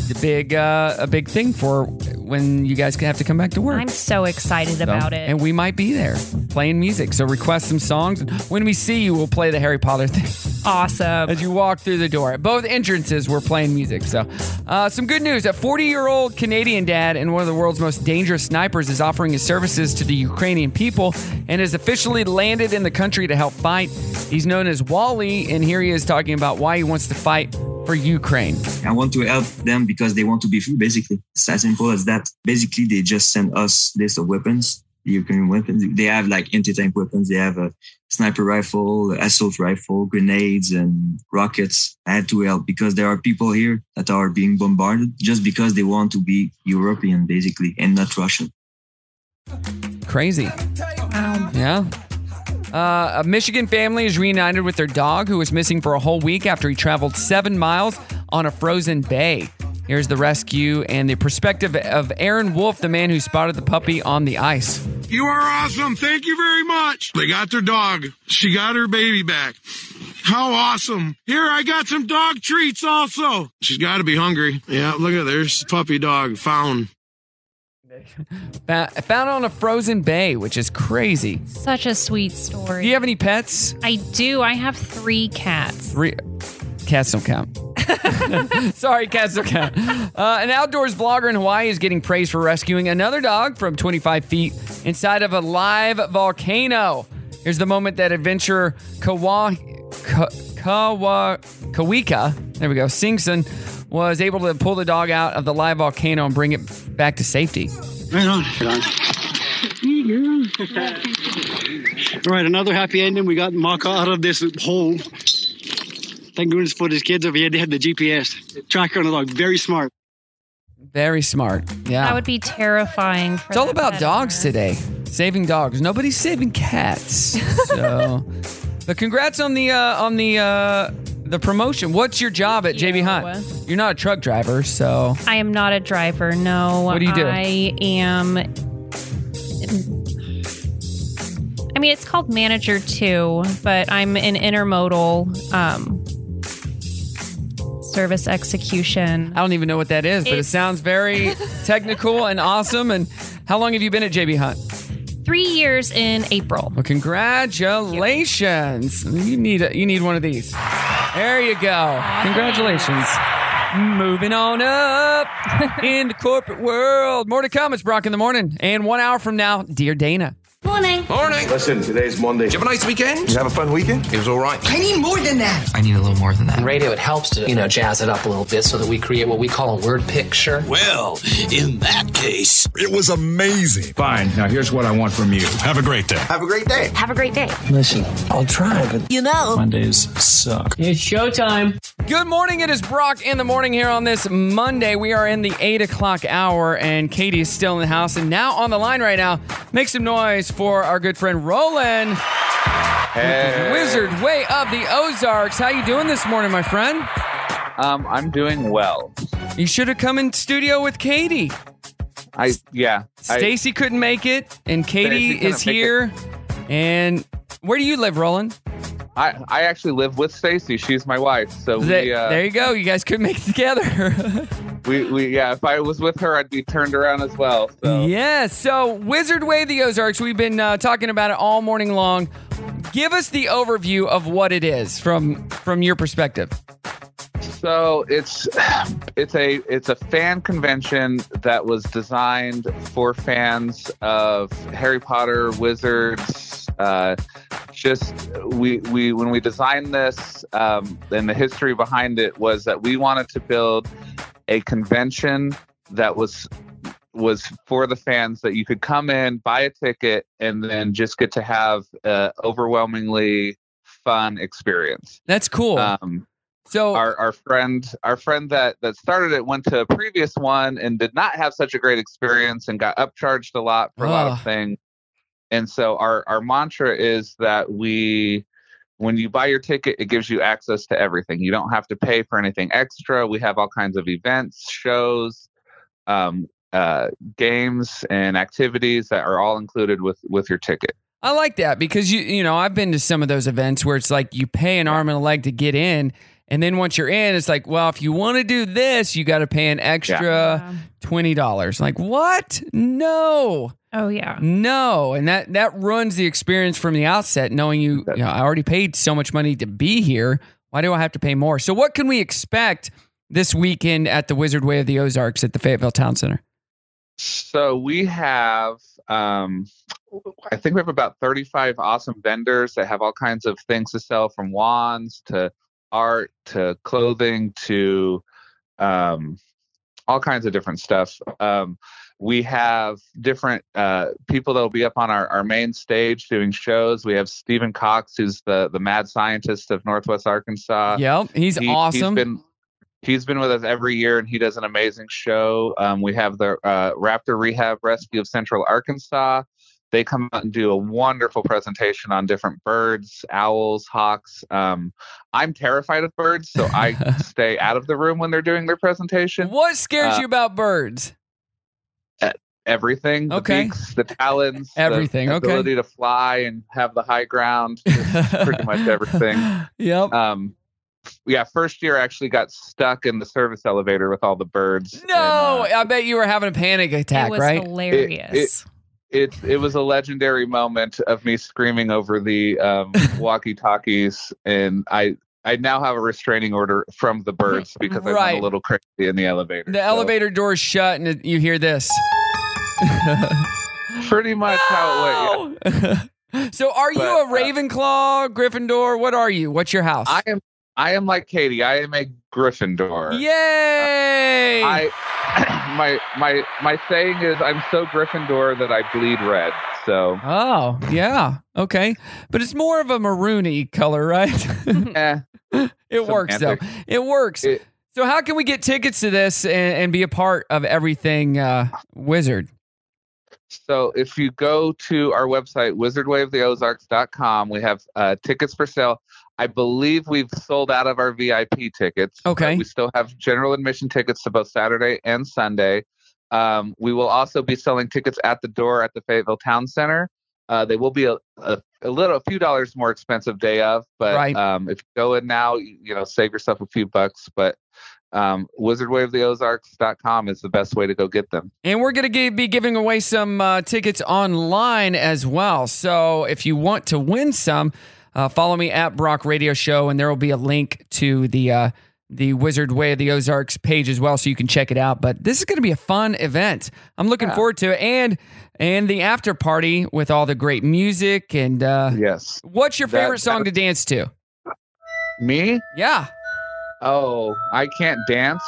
A: The big, uh, a big thing for when you guys have to come back to work.
G: I'm so excited
A: So-
G: about it.
A: And we might be there playing music. So request some songs. When we see you, we'll play the Harry Potter thing.
G: Awesome.
A: As you walk through the door, at both entrances, we're playing music. So, uh, some good news. A 40 year old Canadian dad and one of the world's most dangerous snipers is offering his services to the Ukrainian people and has officially landed in the country to help fight. He's known as Wally, and here he is talking about why he wants to fight for Ukraine.
N: I want to help them because they want to be free, basically. It's as simple as that. Basically, they just send us list of weapons, Ukrainian weapons. They have like anti-tank weapons. They have a sniper rifle, assault rifle, grenades, and rockets. I had to help because there are people here that are being bombarded just because they want to be European, basically, and not Russian.
A: Crazy. Yeah. Uh, a Michigan family is reunited with their dog who was missing for a whole week after he traveled seven miles on a frozen bay. Here's the rescue and the perspective of Aaron Wolf, the man who spotted the puppy on the ice.
O: You are awesome. Thank you very much. They got their dog. She got her baby back. How awesome. Here, I got some dog treats also. She's got to be hungry. Yeah, look at There's puppy dog found.
A: Fa- Found on a frozen bay, which is crazy.
G: Such a sweet story. Do
A: you have any pets?
G: I do. I have three cats.
A: Three cats don't count. Sorry, cats don't count. Uh, an outdoors vlogger in Hawaii is getting praise for rescuing another dog from 25 feet inside of a live volcano. Here's the moment that adventurer Kawa, Ka, Kawa, Kawika, there we go, Singson, was able to pull the dog out of the live volcano and bring it back to safety.
P: Right on. All right, another happy ending. We got Maka out of this hole. Thank goodness for these kids over here. They had the GPS tracker on the dog. Very smart.
A: Very smart. Yeah.
G: That would be terrifying. For
A: It's all
G: the
A: about
G: pet
A: dogs today. Saving dogs. Nobody's saving cats. So, but congrats on the uh, on the uh, the promotion. What's your job at JB Hunt? You're not a truck driver, so
G: I am not a driver. No.
A: What do you do?
G: I am. I mean, it's called manager too, but I'm an intermodal um, service execution.
A: I don't even know what that is. But it
G: It's-
A: sounds very technical and awesome. And how long have you been at JB Hunt?
G: Three years in April.
A: Well, congratulations. You need a, you need one of these. There you go. Congratulations. Moving on up in the corporate world. More to come. It's Brock in the morning. And one hour from now, dear Dana.
L: Morning.
K: Morning.
Q: Listen, today's Monday.
K: Did you have a nice weekend?
Q: have a fun weekend? It was all right.
L: I need more than that.
R: I need a little more than that. In radio, it helps to, you know, jazz it up a little bit so that we create what we call a word picture.
K: Well, Oh, in that case, it was amazing. Fine. Now here's what I want from you. Have a great day.
L: Have a great day. Have a great day.
K: Listen, I'll try, but
L: You know.
K: Mondays suck.
A: It's showtime. Good morning. It is Brock in the morning here on this Monday. We are in the eight o'clock hour, and Katie is still in the house and now on the line right now. Make some noise for our good friend Roland.
S: Hey.
A: Wizard Way of the Ozarks. How you doing this morning, my friend?
S: Um, I'm doing well.
A: You should have come in studio with Katie.
S: I yeah. I-
A: Stacy couldn't make it, and Katie
S: Stacy couldn't
A: is
S: make it.
A: here. And Where do you live, Roland?
S: I, I actually live with Stacy. She's my wife. So we,
A: There-
S: uh,
A: there you go. You guys could make it together.
S: We, we yeah. If I was with her, I'd be turned around as well. So
A: Yeah, so Wizard Way of the Ozarks, we've been uh, talking about it all morning long. Give us the overview of what it is from from your perspective.
S: so it's it's a it's a fan convention that was designed for fans of Harry Potter, wizards. Uh, just we we when we designed this, um, and the history behind it was that we wanted to build a convention that was was for the fans that you could come in, buy a ticket, and then just get to have uh, overwhelmingly fun experience.
A: That's cool.
S: Um,
A: so
S: our, our friend our friend that that started it went to a previous one and did not have such a great experience and got upcharged a lot for a lot of
A: Ugh.
S: things. And so our our mantra is that we when you buy your ticket, it gives you access to everything. You don't have to pay for anything extra. We have all kinds of events, shows, um, uh, games, and activities that are all included with with your ticket.
A: I like that because you you know, I've been to some of those events where it's like you pay an arm and a leg to get in, and then once you're in, it's like, well, if you want to do this, you got to pay an extra $20. Like, what? No.
G: Oh yeah.
A: No, and that that ruins the experience from the outset. Knowing you, you know, I already paid so much money to be here. Why do I have to pay more? So, what can we expect this weekend at the Wizard Way of the Ozarks at the Fayetteville Town Center?
S: So we have, um, I think we have about 35 awesome vendors that have all kinds of things to sell from wands to art to clothing to um, all kinds of different stuff. Um, we have different uh, people that will be up on our, our main stage doing shows. We have Stephen Cox, who's the, the mad scientist of Northwest Arkansas.
A: Yep, he's awesome.
S: Uh, been- he's been with us every year and he does an amazing show. Um, we have the uh, Raptor Rehab Rescue of Central Arkansas. They come out and do a wonderful presentation on different birds, owls, hawks. Um, I'm terrified of birds, so I stay out of the room when they're doing their presentation.
A: What scares
S: Uh,
A: you about birds?
S: Everything. The
A: Okay.
S: beaks, the talons, the
A: Everything, okay.
S: ability to fly and have the high ground, just pretty much everything.
A: Yep.
S: Um, yeah, first year I actually got stuck in the service elevator with all the birds.
A: No,
S: uh,
A: I bet you were having a panic attack, right?
S: It, it, it, it was a legendary moment of me screaming over the um, walkie-talkies, and I I now have a restraining order from the birds because I
A: Right.
S: went a little crazy in the elevator.
A: the elevator door's shut, and it- you hear this.
S: Pretty much how it went. yeah.
A: So, are you
S: But,
A: a Ravenclaw, Gryffindor? What are you? What's your house? I
S: am. I am like Katie. I am a Gryffindor.
A: Yay!
S: I my my my saying is I'm so Gryffindor that I bleed red. So
A: Oh, yeah. Okay. But it's more of a maroony color, right? it works, though.
S: eh, Semantics.
A: It works. so, how can we get tickets to this and, and be a part of everything uh, Wizard?
S: So if you go to our website, wizardwayoftheozarks.com, we have uh, tickets for sale. I believe we've sold out of our VIP tickets. but
A: Okay.
S: We still have general admission tickets to both Saturday and Sunday. Um, we will also be selling tickets at the door at the Fayetteville Town Center. Uh, they will be a, a, a little, a few dollars more expensive day of, but
A: Right.
S: um, if you go in now, you, you know, save yourself a few bucks. But um, wizardwayoftheozarks.com is the best way to go get them.
A: And we're going to gi- be giving away some uh, tickets online as well. So if you want to win some, uh, follow me at Brock Radio Show, and there will be a link to the uh, the Wizard Way of the Ozarks page as well, so you can check it out. But this is going to be a fun event. I'm looking forward to it, and and the after party with all the great music and uh,
S: yes.
A: What's your
S: That-
A: favorite song to dance to?
S: Me?
A: Yeah.
S: Oh, I can't dance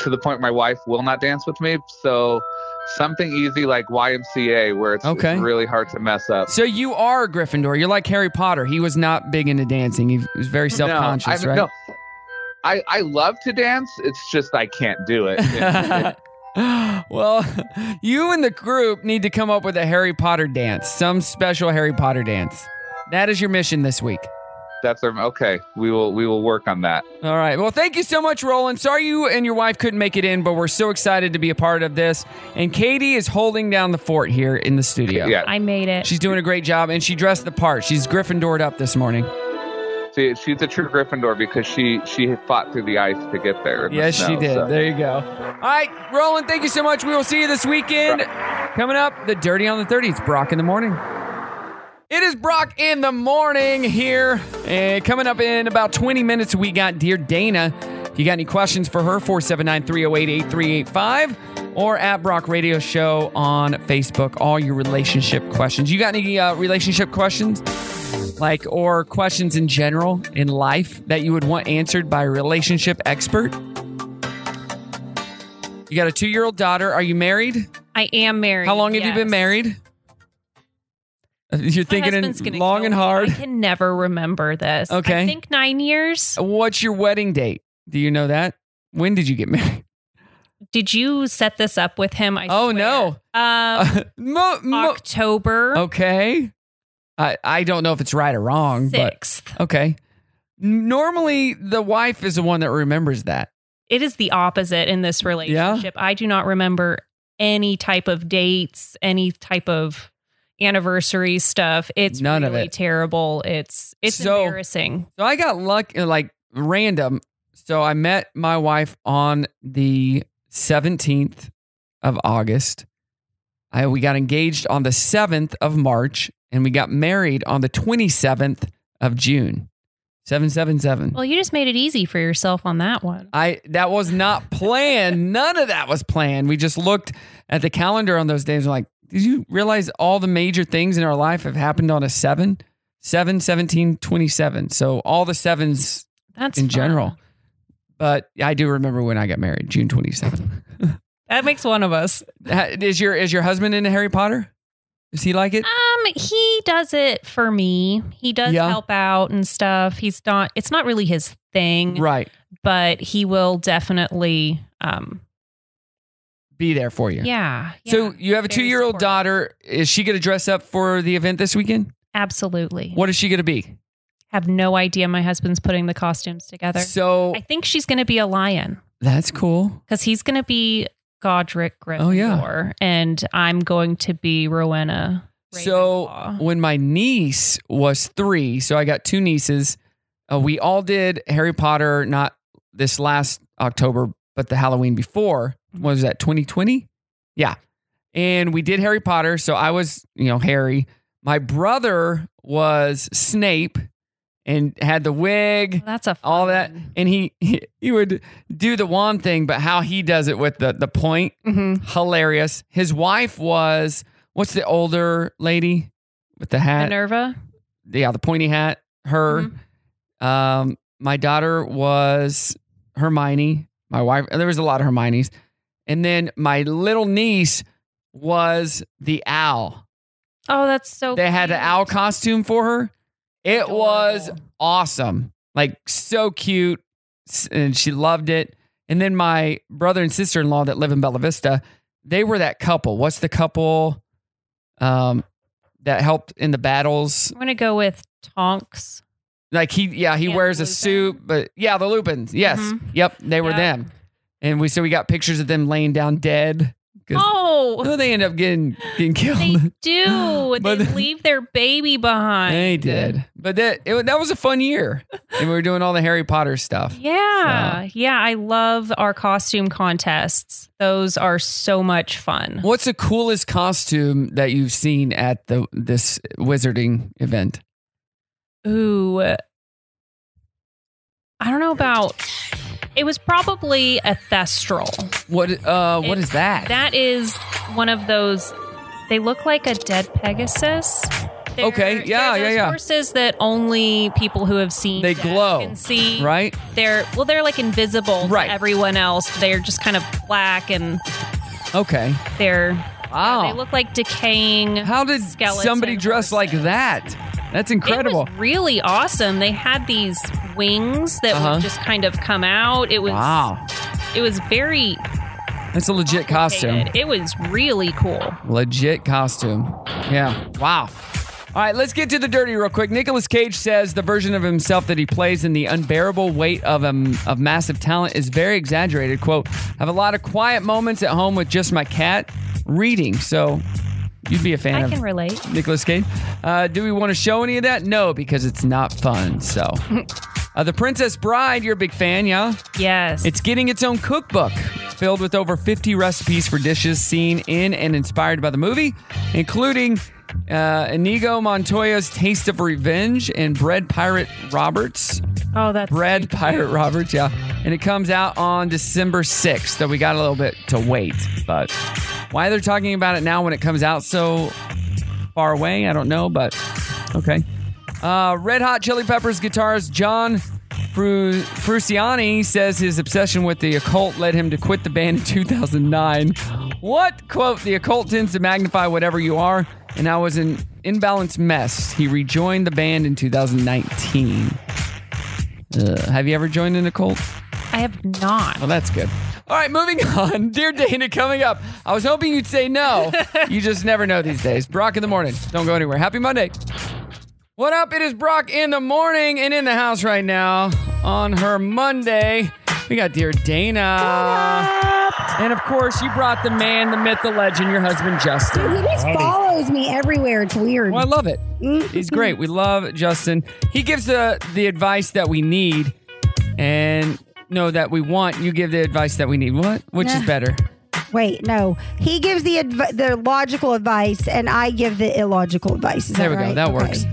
S: to the point my wife will not dance with me. So something easy like YMCA where it's,
A: Okay.
S: it's really hard to mess up.
A: So you are a Gryffindor. You're like Harry Potter. He was not big into dancing. He was very self conscious,
S: I,
A: right?
S: no. I, I love to dance. It's just I can't do it.
A: well, you and the group need to come up with a Harry Potter dance, some special Harry Potter dance. That is your mission this week.
S: That's our okay. We will we will work on that.
A: All right. Well, thank you so much, Roland. Sorry you and your wife couldn't make it in, but we're so excited to be a part of this. And Katie is holding down the fort here in the studio.
S: Yeah.
G: I made it.
A: She's doing a great job, and she dressed the part. She's Gryffindored up this morning.
S: See, she's a true Gryffindor because she she fought through the ice to get there. in the
A: Yes, she
S: snow,
A: did.
S: so.
A: There you go. All right, Roland, thank you so much. We will see you this weekend. Coming up, the Dirty on the 30s, Brock in the morning. It is Brock in the morning here. And coming up in about 20 minutes, we got Dear Dana. If you got any questions for her, 479 308 8385 or at Brock Radio Show on Facebook. All your relationship questions. You got any uh, relationship questions? Like, or questions in general in life that you would want answered by a relationship expert? You got a two year old daughter. Are you married?
G: I am married.
A: How long have you been
G: yes.
A: married? Uh, You're
G: My
A: thinking
G: husband's
A: in
G: gonna
A: long
G: kill
A: and
G: me.
A: hard.
G: I can never remember this.
A: Okay.
G: I think nine years.
A: What's your wedding date? Do you know that? When did you get married?
G: Did you set this up with him? I
A: oh no.
G: Um, October.
A: Oh, Okay. I I don't know if it's right or wrong.
G: Sixth.
A: But, okay. Normally, the wife is the one that remembers that.
G: It is the opposite in this relationship. I do not remember any type of dates, any type of anniversary stuff. It's
A: None of
G: really
A: it.
G: terrible. It's it's
A: So-
G: embarrassing.
A: So I got luck, uh, like random. So I met my wife on the 17th of August. I, we got engaged on the 7th of March and we got married on the 27th of June. 777.
G: Well, you just made it easy for yourself on that one.
A: I that was not planned. None of that was planned. We just looked at the calendar on those days and like, did you realize all the major things in our life have happened on a 7? 7 17 27. So all the sevens
G: That's
A: in
G: fun.
A: general. But I do remember when I got married, June 27th.
G: That makes one of us.
A: Ha- is your is your husband into Harry Potter? Does he like it?
G: Um, he does it for me. He does
A: Yeah.
G: help out and stuff. He's not. It's not really his thing,
A: Right.
G: but he will definitely. Um,
A: Be there for you.
G: yeah.
A: So you have a two year old daughter. Is she gonna dress up for the event this weekend?
G: absolutely.
A: What is she gonna be?
G: Have no idea. My husband's putting the costumes together.
A: So
G: I think she's going to be a lion
A: that's cool.
G: because he's going to be Godric Gryffindor,
A: Oh, yeah.
G: and I'm going to be Rowena.
A: So when my niece was three, so I got two nieces. Uh, we all did Harry Potter, not this last October, but the Halloween before. What was that 2020? Yeah, and we did Harry Potter. So I was, you know, Harry. My brother was Snape, and had the wig.
G: Oh, That's a
A: all that, and he he, he would do the wand thing, but how he does it with the the point, hilarious. His wife was what's the older lady with the hat?
G: Minerva.
A: yeah, the pointy hat. Her. Um, my daughter was Hermione. My wife. There was a lot of Hermione's, and then my little niece was the owl.
G: Oh, that's so.
A: They had an owl costume for her. It was awesome. Like so cute. S- And she loved it. And then my brother and sister in law that live in Bella Vista, they were that couple. What's the couple um that helped in the battles?
G: I'm going to go with Tonks.
A: Like he yeah, he wears a suit, but yeah, the Lupins. Yes. Yep. They were
G: Yep.
A: them. And we so we got pictures of them laying down dead. 'cause-
G: Oh.
A: No, they end up getting getting killed.
G: Do they leave their baby behind?
A: They did, but that it, that was a fun year, and we were doing all the Harry Potter stuff.
G: Yeah. Yeah. I love our costume contests. Those are so much fun.
A: What's the coolest costume that you've seen at the this wizarding event?
G: Ooh. uh, I don't know about it was probably a thestral.
A: What uh what is that?
G: That is one of those they look like a dead Pegasus. They're-
A: okay, yeah, yeah,
G: they're those
A: yeah.
G: Horses that only people who have seen
A: They
G: death
A: glow,
G: can see.
A: right?
G: They're well, they're like invisible to everyone else. They're just kind of black and
A: Okay,
G: they're
A: Wow.
G: they look like decaying.
A: Oh. How did
G: skeleton
A: somebody dressed like that. That's incredible.
G: It was really awesome. They had these wings that
A: Uh-huh.
G: would just kind of come out. It was
A: Wow,
G: it was very
A: that's a legit costume.
G: it was really cool.
A: Legit costume. Yeah. Wow. All right, let's get to the dirty real quick. Nicolas Cage says the version of himself that he plays in the unbearable weight of um, of massive talent is very exaggerated. "Quote: Have a lot of quiet moments at home with just my cat reading." So. You'd be a fan
G: I
A: of
G: can relate.
A: Nicholas Cage. Uh, do we want to show any of that? No, because it's not fun. So, uh, The Princess Bride, you're a big fan, yeah?
G: Yes.
A: It's getting its own cookbook filled with over 50 recipes for dishes seen in and inspired by the movie, including uh, Inigo Montoya's Taste of Revenge and Bread Pirate Roberts.
G: Oh, that's
A: Bread Pirate Roberts, yeah. And it comes out on December 6th, so we got a little bit to wait. But why they're talking about it now when it comes out so far away, I don't know, but okay. Uh, Red Hot Chili Peppers guitarist John Fru- Fruciani says his obsession with the occult led him to quit the band in 2009. What? Quote, the occult tends to magnify whatever you are, and I was an imbalanced mess. He rejoined the band in 2019. Uh, have you ever joined an occult?
G: I have not.
A: Well, that's good. All right, moving on. Dear Dana, coming up. I was hoping you'd say no. you just never know these days. Brock in the morning. Don't go anywhere. Happy Monday. What up? It is Brock in the morning and in the house right now on her Monday. We got Dear Dana. And of course, you brought the man, the myth, the legend, your husband, Justin.
T: He just follows me everywhere. It's weird.
A: Well, I love it. He's great. We love Justin. He gives the the advice that we need, and no, that we want. You give the advice that we need. What? Which is
T: Nah.
A: better?
T: Wait, no. He gives the adv- the logical advice, and I give the illogical advice. Is
A: There we
T: that
A: go.
T: right?
A: That
T: Okay.
A: works.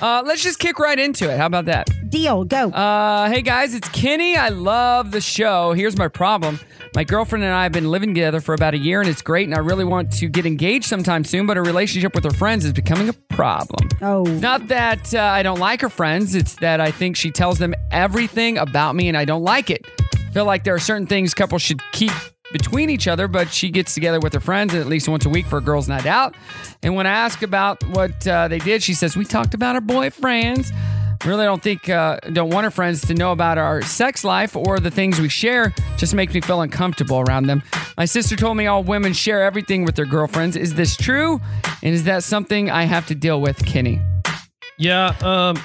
A: Uh, let's just kick right into it. How about that?
T: Deal. Go.
A: Uh, hey guys, it's Kenny. I love the show. Here's my problem. My girlfriend and I have been living together for about a year and it's great and I really want to get engaged sometime soon, but her relationship with her friends is becoming a problem.
T: Oh.
A: Not that uh, I don't like her friends, it's that I think she tells them everything about me and I don't like it. I feel like there are certain things couples should keep between each other, but she gets together with her friends at least once a week for a girls' night out. And when I ask about what uh, they did, she says, We talked about our boyfriends. Really don't think, uh, don't want our friends to know about our sex life or the things we share. Just makes me feel uncomfortable around them. My sister told me all women share everything with their girlfriends. Is this true? And is that something I have to deal with, Kenny?
U: Yeah. Um,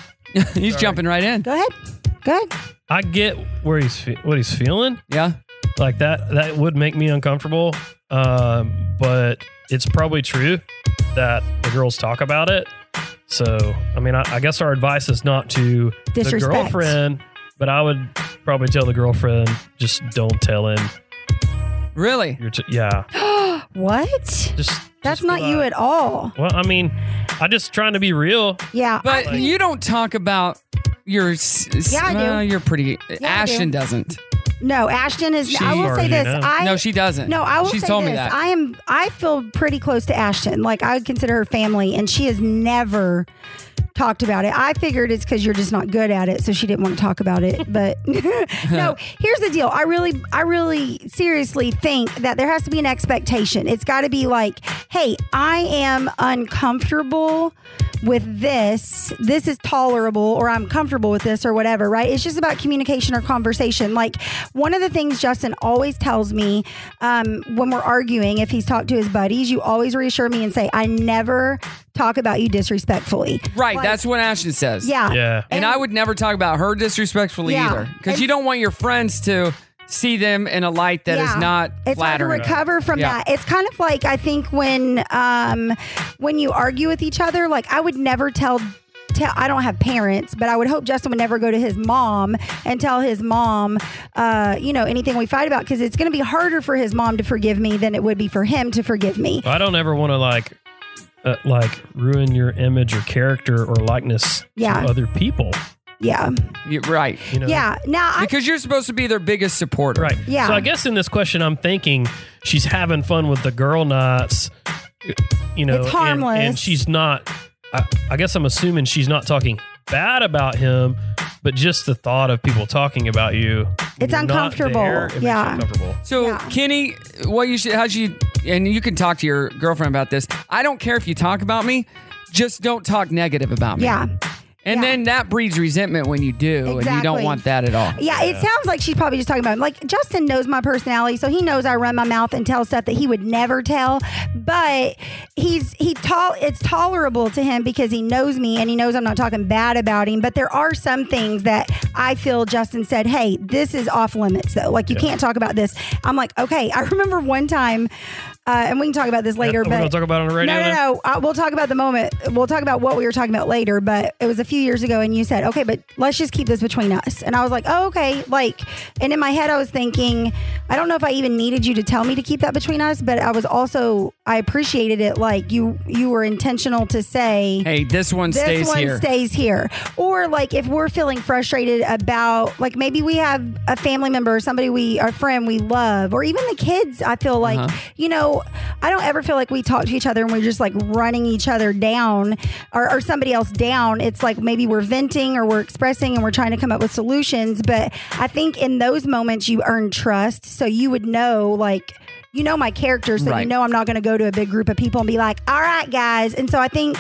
A: he's jumping right in.
T: Go ahead. Go ahead.
U: I get where he's fe- what he's feeling.
A: Yeah.
U: Like that. That would make me uncomfortable. Um, but it's probably true that the girls talk about it. So I mean, I, I guess our advice is not to
T: Disrespect.
U: the girlfriend, but I would probably tell the girlfriend just don't tell him.
A: Really?
U: You're t- yeah.
T: what?
U: Just
T: That's not you at all.
U: well, I mean, I just trying to be real.
T: Yeah.
A: But you don't talk about your. s- s-
T: Yeah, I do.
A: well, you're pretty.
T: do.
A: Ashton doesn't.
T: No, Ashton is. I
A: She-
T: will say this. I
A: no, she doesn't.
T: No, I will
A: She's
T: say
A: told
T: this.
A: me that.
T: I am. I feel pretty close to Ashton. Like I would consider her family, and she has never talked about it. I figured it's because you're just not good at it, so she didn't want to talk about it. But no, here's the deal. I really, I really seriously think that there has to be an expectation. It's got to be like, hey, I am uncomfortable with this. This is tolerable, or I'm comfortable with this, or whatever. Right? It's just about communication or conversation. Like one of the things Justin always tells me um, when we're arguing, if he's talked to his buddies, you always reassure me and say, I never talk about you disrespectfully.
A: Right, that's what Ashton says.
T: Yeah. Yeah.
A: And, I would never talk about her disrespectfully
T: Yeah.
A: either, because you don't want your friends to see them in a light that is
T: Yeah.
A: not
T: it's hard to
A: flattering.
T: recover from
A: Yeah.
T: that it's kind of like i think when um when you argue with each other like i would never tell Tell, I don't have parents, but I would hope Justin would never go to his mom and tell his mom, uh, you know, anything we fight about because it's going to be harder for his mom to forgive me than it would be for him to forgive me.
U: I don't ever want to like, uh, like ruin your image or character or likeness
T: Yeah.
U: to other people.
T: Yeah.
A: You're right.
U: You know?
T: Yeah. Now, I,
A: Because you're supposed to be their biggest supporter.
U: Right.
T: Yeah.
U: So I guess in this question, I'm thinking she's having fun with the girl nights. You know,
T: It's
U: and-
T: harmless.
U: And, she's not. I, I guess I'm assuming she's not talking bad about him, but just the thought of people talking about you. when
T: It's
U: you're not
T: uncomfortable.
U: there, it makes you
T: Yeah.
U: uncomfortable.
A: So, Kenny, what you should, how you, and you can talk to your girlfriend about this. I don't care if you talk about me, just don't talk negative about me.
T: Yeah.
A: And then that breeds resentment when you do, and you don't
T: Exactly.
A: want that at all.
T: Yeah, it sounds like she's probably just talking about him. Like Justin knows my personality, so he knows I run my mouth and tell stuff that he would never tell. But he's he tall. It's tolerable to him because he knows me and he knows I'm not talking bad about him. But there are some things that I feel Justin said, "Hey, this is off limits though. Like you can't talk about this." I'm like, okay. I remember one time. Uh, and we can talk about this later.
U: We're
T: but
U: gonna talk about it on the radio
T: No, no,
U: then?
T: no. Uh, we'll talk about the moment. We'll talk about what we were talking about later. But it was a few years ago, and you said, "Okay, but let's just keep this between us." And I was like, "Oh, okay." Like, and in my head, I was thinking, I don't know if I even needed you to tell me to keep that between us, but I was also I appreciated it. Like you, you were intentional to say,
A: Hey, this one
T: this
A: stays
T: one
A: here.
T: stays here. Or like if we're feeling frustrated about like maybe we have a family member or somebody we a friend we love or even the kids, I feel like,
B: Uh-huh.
T: you know, I don't ever feel like we talk to each other and we're just like running each other down or, or somebody else down. It's like maybe we're venting or we're expressing and we're trying to come up with solutions. But I think in those moments you earn trust. So you would know like you know my character, so you
B: Right.
T: know know I'm not going to go to a big group of people and be like, all right, guys. And so I think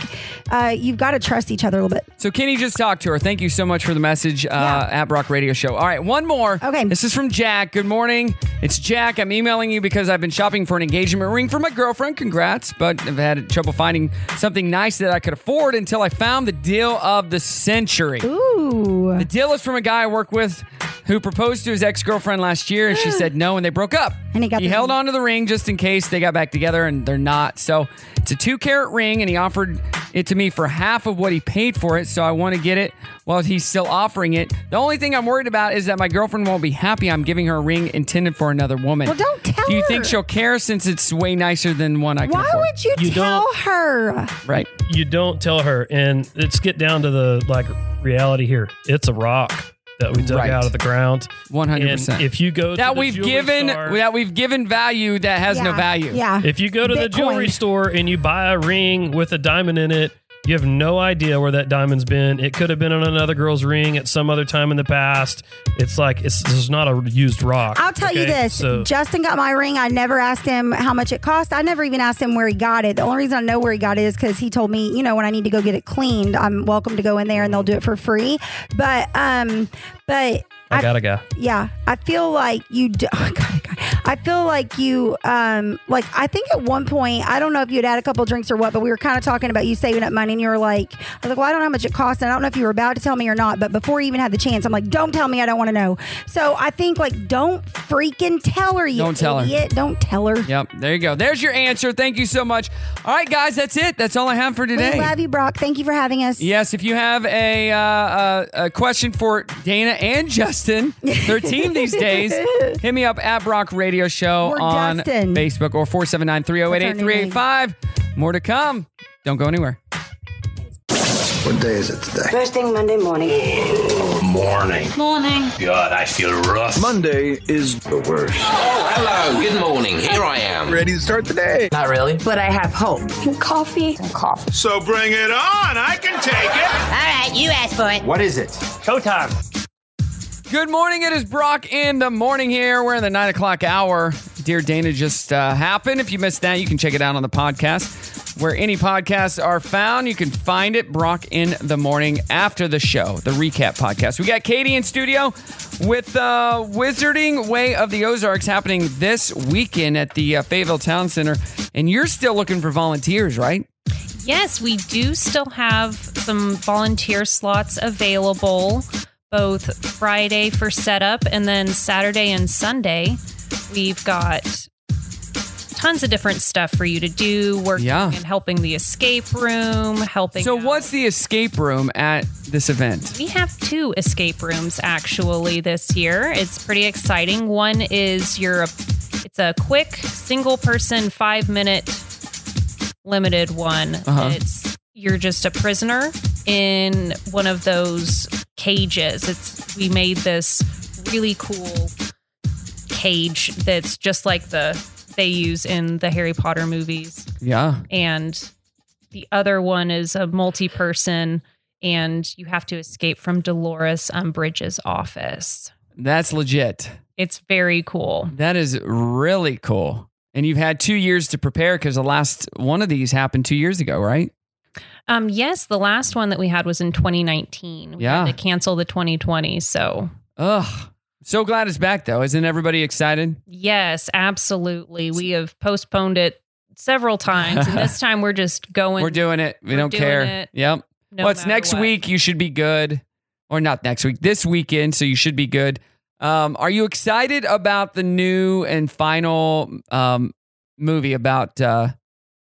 T: uh, you've got to trust each other a little bit.
A: So Kenny just talked to her. Thank you so much for the message uh, at Brock Radio Show. All right, one more. Okay. This is from Jack. Good morning. It's Jack. I'm emailing you because I've been shopping for an engagement ring for my girlfriend. Congrats, but I've had trouble finding something nice that I could afford until I found the deal of the century.
T: Ooh.
A: The deal is from a guy I work with who proposed to his ex-girlfriend last year and she said no and they broke up. And he got he held on to the ring just in case they got back together and they're not. So it's a two carat ring and he offered it to me for half of what he paid for it. So I want to get it while he's still offering it. The only thing I'm worried about is that my girlfriend won't be happy I'm giving her a ring intended for another woman.
T: Well, don't tell
A: Do you think
T: her.
A: she'll care since it's way nicer than one I can
T: Why
A: afford?
T: would you, tell her?
A: Right.
U: You don't tell her. And let's get down to the like reality here. It's a rock that we dug
A: Right.
U: out of the ground.
A: 100%.
U: And If you go to
A: that
U: the
A: we've
U: jewelry
A: given
U: store-
A: that we've given value that has no
U: Yeah,
A: value.
U: If you go to the jewelry store and you buy a ring with a diamond in it, you have no idea where that diamond's been. It could have been on another girl's ring at some other time in the past. It's like it's this is not a used rock.
T: I'll tell you
U: okay?
T: this.
U: So,
T: Justin got my ring. I never asked him how much it cost. I never even asked him where he got it. The only reason I know where he got it is because he told me, you know, when I need to go get it cleaned, I'm welcome to go in there and they'll do it for free. But, um, but
U: I got a guy.
T: yeah, I feel like you do. Oh, God, God. I feel like you, um, like I think at one point, I don't know if you'd had a couple drinks or what, but we were kind of talking about you saving up money, and you were like, I was like, well, I don't know how much it costs, and I don't know if you were about to tell me or not, but before you even had the chance, I'm like, don't tell me, I don't want to know. So I think like, don't freaking tell her, you
A: Don't tell her.
T: idiot. Don't tell her.
A: Yep, there you go. There's your answer. Thank you so much. All right, guys, that's it. That's all I have for today.
T: We love you, Brock. Thank you for having us.
A: Yes, if you have a, uh, uh, a question for Dana and Justin, their team these days, hit me up at Brock Radio Show
T: Or
A: on
T: Dustin.
A: Facebook or 479 308 8385. More to come. Don't go anywhere.
M: What day is it today?
B: First thing Monday morning.
M: Morning.
B: Morning.
M: God, I feel rough. Monday is the worst.
B: Oh,
M: Hello, good morning.
B: Here I
M: am. Ready to start the day?
B: Not really. But I have hope. And coffee. And coffee.
M: So bring it on. I can take it.
B: All right, you asked for it.
M: What is it? Showtime.
A: Good morning. It is Brock in the morning here. We're in the nine o'clock hour. Dear Dana just uh, happened. If you missed that, you can check it out on the podcast. Where any podcasts are found, you can find it. Brock in the morning after the show, the recap podcast. We got Katie in studio with uh, Wizarding Way of the Ozarks happening this weekend at the uh, Fayetteville Town Center. And you're still looking for volunteers, right?
G: Yes, we do still have some volunteer slots available, both Friday for setup and then Saturday and Sunday. We've got tons of different stuff for you to do, working
A: Yeah.
G: and helping the escape room, helping.
A: So, what's the escape room at this event?
G: We have two escape rooms actually this year. It's pretty exciting. One is your it's a quick single person 5 minute limited one.
B: Uh-huh.
G: It's you're just a prisoner in one of those cages. It's we made this really cool cage that's just like the they use in the Harry Potter movies
A: Yeah.
G: and the other one is a multi-person and you have to escape from Dolores Umbridge's office.
A: That's legit.
G: It's very cool.
A: That is really cool. And you've had two years to prepare because the last one of these happened two years ago, right?
G: Um, yes, the last one that we had was in 2019. We
A: Yeah.
G: had to cancel the 2020. So
A: Ugh. So glad it's back though. Isn't everybody excited?
G: yes, absolutely. We have postponed it several times, and this time we're just going.
A: We're doing it. We
G: we're
A: don't
G: doing
A: care.
G: it
A: Yep.
G: no
A: well, it's
G: matter
A: next
G: what.
A: week. You should be good, or not next week. This weekend, so you should be good. Um, are you excited about the new and final um, movie about uh,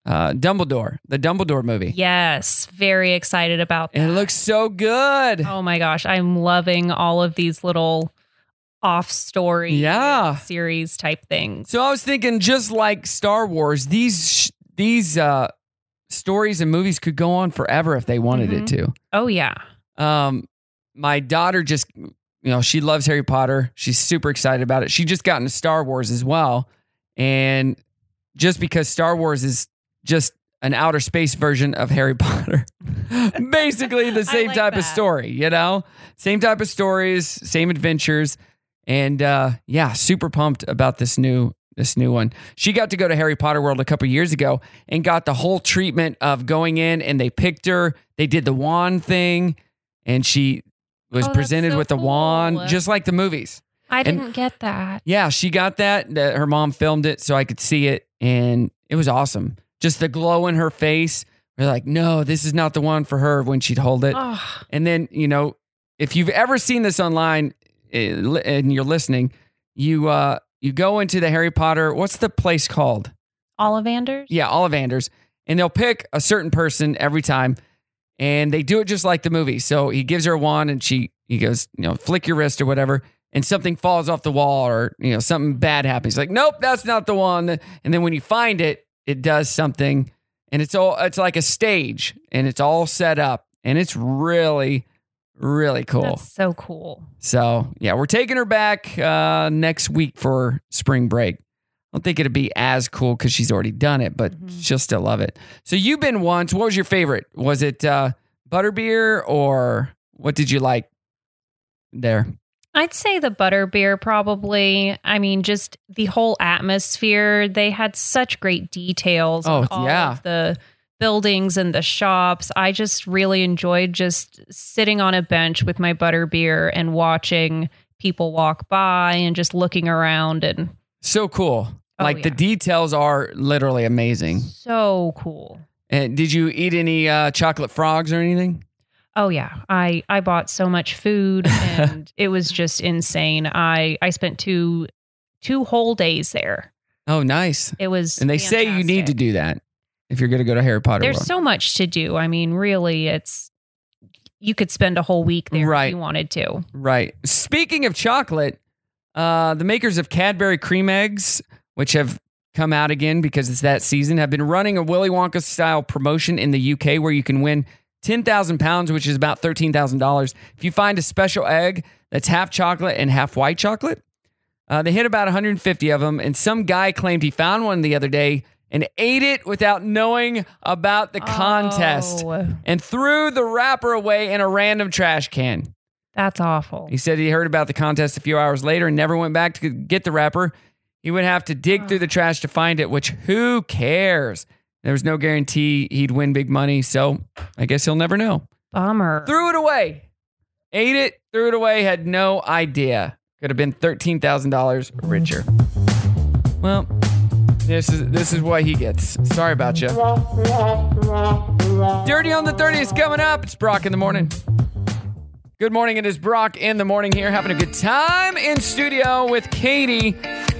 A: uh, Dumbledore? The Dumbledore movie.
G: Yes, very excited about that.
A: It looks so good.
G: Oh my gosh, I'm loving all of these little off story
A: Yeah.
G: series type things.
A: So I was thinking, just like Star Wars, these sh- these uh, stories and movies could go on forever if they wanted it
G: Oh yeah.
A: to. Um, my daughter just, you know, she loves Harry Potter. She's super excited about it. She just got into Star Wars as well, and just because Star Wars is just an outer space version of Harry Potter, basically the same type of story. You know, same type of stories, same adventures, and uh, yeah, super pumped about this new this new one. She got to go to Harry Potter World a couple years ago and got the whole treatment of going in, and they picked her. They did the wand thing, and she was
G: Oh, that's
A: presented
G: so
A: with the wand,
G: cool.
A: just like the movies.
G: I
A: And-
G: didn't get that.
A: yeah, she got that. that her mom filmed it so I could see it, and it was awesome. Just the glow in her face. We're like, no, this is not the one for her when she'd hold it.
G: Ugh.
A: And then, you know, if you've ever seen this online eh, li- and you're listening, you uh, you go into the Harry Potter. What's the place called?
G: Ollivanders?
A: Yeah, Ollivanders. And they'll pick a certain person every time. And they do it just like the movie. So he gives her a wand and she he goes, you know, flick your wrist or whatever, and something falls off the wall or you know, something bad happens. He's like, nope, that's not the one. And then when you find it, it does something. And it's all it's like a stage and it's all set up. And it's really, really cool.
G: That's so cool.
A: So yeah, we're taking her back uh, next week for spring break. I don't think it'd be as cool because she's already done it, but
G: Mm-hmm.
A: she'll still love it. So you've been once. What was your favorite? Was it uh, butterbeer or what did you like there?
G: I'd say the butterbeer probably. I mean, just the whole atmosphere. They had such great details
A: Oh,
G: on all
A: yeah.
G: of the buildings and the shops. I just really enjoyed just sitting on a bench with my butterbeer and watching people walk by and just looking around and
A: So cool.
G: Oh,
A: like the
G: yeah.
A: details are literally amazing.
G: so cool.
A: And did you eat any uh, chocolate frogs or anything?
G: Oh yeah. I I bought so much food and it was just insane. I I spent two two whole days there.
A: Oh, nice.
G: It was
A: And they say you need to do that if you're going to go to Harry Potter
G: There's
A: World.
G: so much to do. I mean, really, it's you could spend a whole week there
A: Right.
G: if you wanted to.
A: Right. Speaking of chocolate, uh, the makers of Cadbury cream eggs, which have come out again because it's that season, have been running a Willy Wonka style promotion in the UK where you can win ten thousand pounds, which is about thirteen thousand dollars, if you find a special egg that's half chocolate and half white chocolate. Uh, they hit about 150 of them, and some guy claimed he found one the other day and ate it without knowing about the contest
G: Oh.
A: and threw the wrapper away in a random trash can.
G: That's awful.
A: He said he heard about the contest a few hours later and never went back to get the wrapper. He would have to dig through the trash to find it, which who cares? There was no guarantee he'd win big money, so I guess he'll never know.
G: Bummer.
A: Threw it away. Ate it, threw it away, had no idea. Could have been $13,000 richer. Well, this is this is what he gets. Sorry about you. Dirty on the 30 is coming up. It's Brock in the morning. Good morning. It is Brock in the morning here, having a good time in studio with Katie,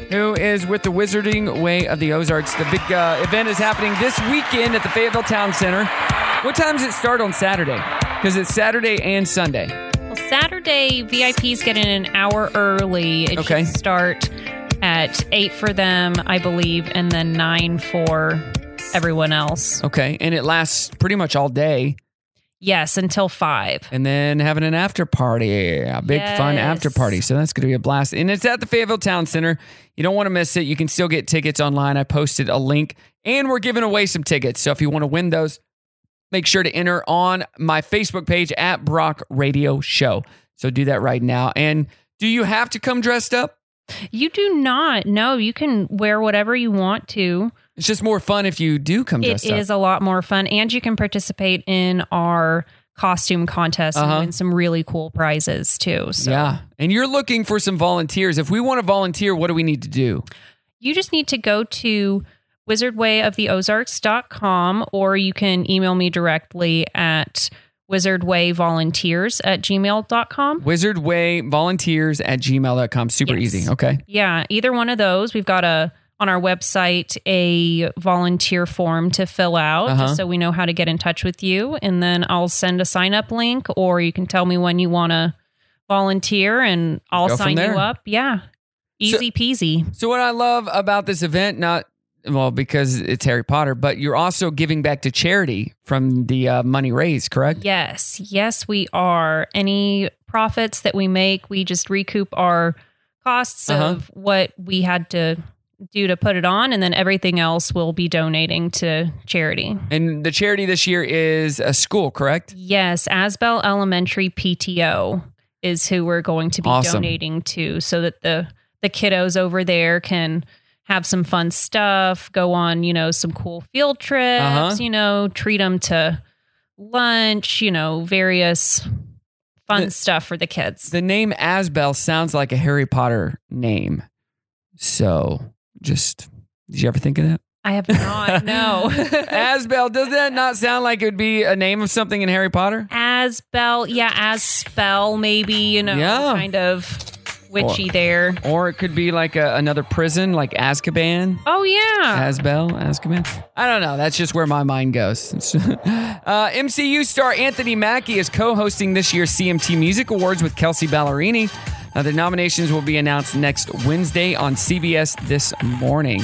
A: who is with the Wizarding Way of the Ozarks. The big uh, event is happening this weekend at the Fayetteville Town Center. What time does it start on Saturday? Because it's Saturday and Sunday.
G: Well, Saturday VIPs get in an hour early. It
A: Okay.
G: should start at eight for them, I believe, and then nine for everyone else.
A: Okay, and it lasts pretty much all day.
G: Yes, until five.
A: And then having an after party, a big fun after
G: Yes.
A: party. So that's going to be a blast. And it's at the Fayetteville Town Center. You don't want to miss it. You can still get tickets online. I posted a link and we're giving away some tickets. So if you want to win those, make sure to enter on my Facebook page at Brock Radio Show. So do that right now. And do you have to come dressed up?
G: You do not. No, you can wear whatever you want to.
A: It's just more fun if you do come
G: It
A: dressed up.
G: is a lot more fun, and you can participate in our costume contest
A: Uh-huh.
G: and win some really cool prizes too. So
A: Yeah. And you're looking for some volunteers. If we want to volunteer, what do we need to do?
G: you just need to go to wizardwayoftheozarks.com or you can email me directly at wizardwayvolunteers at gmail.com.
A: Wizardwayvolunteers at gmail.com. Super easy. Okay.
G: Yeah, either one of those. We've got a on our website a volunteer form to fill out
A: Uh-huh.
G: just so we know how to get in touch with you and then I'll send a sign up link or you can tell me when you want to volunteer and I'll
A: Go from
G: sign you
A: there.
G: up. Yeah. Easy peasy.
A: So, what I love about this event, not well, because it's Harry Potter, but you're also giving back to charity from the uh, money raised, correct?
G: Yes. Yes, we are. Any profits that we make, we just recoup our costs
A: Uh-huh.
G: of what we had to do to put it on and then everything else will be donating to charity.
A: And the charity this year is a school, correct?
G: Yes, Asbel Elementary PTO is who we're going to be
A: Awesome.
G: donating to so that the the kiddos over there can have some fun stuff, go on, you know, some cool field trips,
A: Uh-huh.
G: you know, treat them to lunch, you know, various fun
A: The-
G: stuff for the kids.
A: The name Asbel sounds like a Harry Potter name. So, just did you ever think of that?
G: I have not no.
A: Asbel, does that not sound like it would be a name of something in Harry Potter?
G: Asbel, yeah, as spell maybe, you know,
A: Yeah.
G: kind of witchy there.
A: Or it could be like a, another prison, like Azkaban.
G: Oh yeah.
A: Asbel, Azkaban. I don't know. That's just where my mind goes. It's- uh, MCU star Anthony Mackie is co-hosting this year's CMT Music Awards with Kelsey Ballerini. Uh, the nominations will be announced next Wednesday on CBS this morning.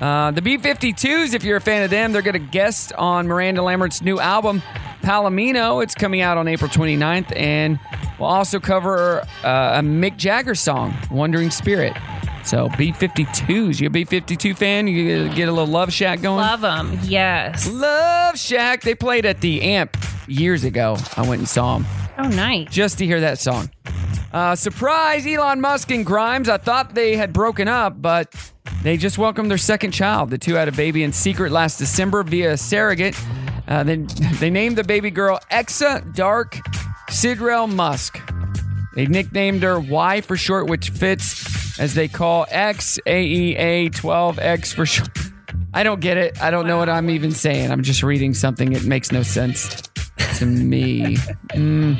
A: Uh, the B-52s, if you're a fan of them, they're going to guest on Miranda Lambert's new album, Palomino. It's coming out on April 29th, and we'll also cover uh, a Mick Jagger song, Wandering Spirit. So B-52s, you a B-52 fan? You get a little love shack going?
G: Love them. Yes.
A: Love Shack. They played at the Amp years ago. I went and saw them
G: Oh nice.
A: just to hear that song. Uh, surprise, Elon Musk and Grimes. I thought they had broken up, but they just welcomed their second child. The two had a baby in secret last December via surrogate. Uh, they, they named the baby girl Exa Dark Sidrel Musk. They nicknamed her Y for short, which fits as they call X A E A 12X for short. I don't get it. I don't know what I'm even saying. I'm just reading something. It makes no sense to me. Mm.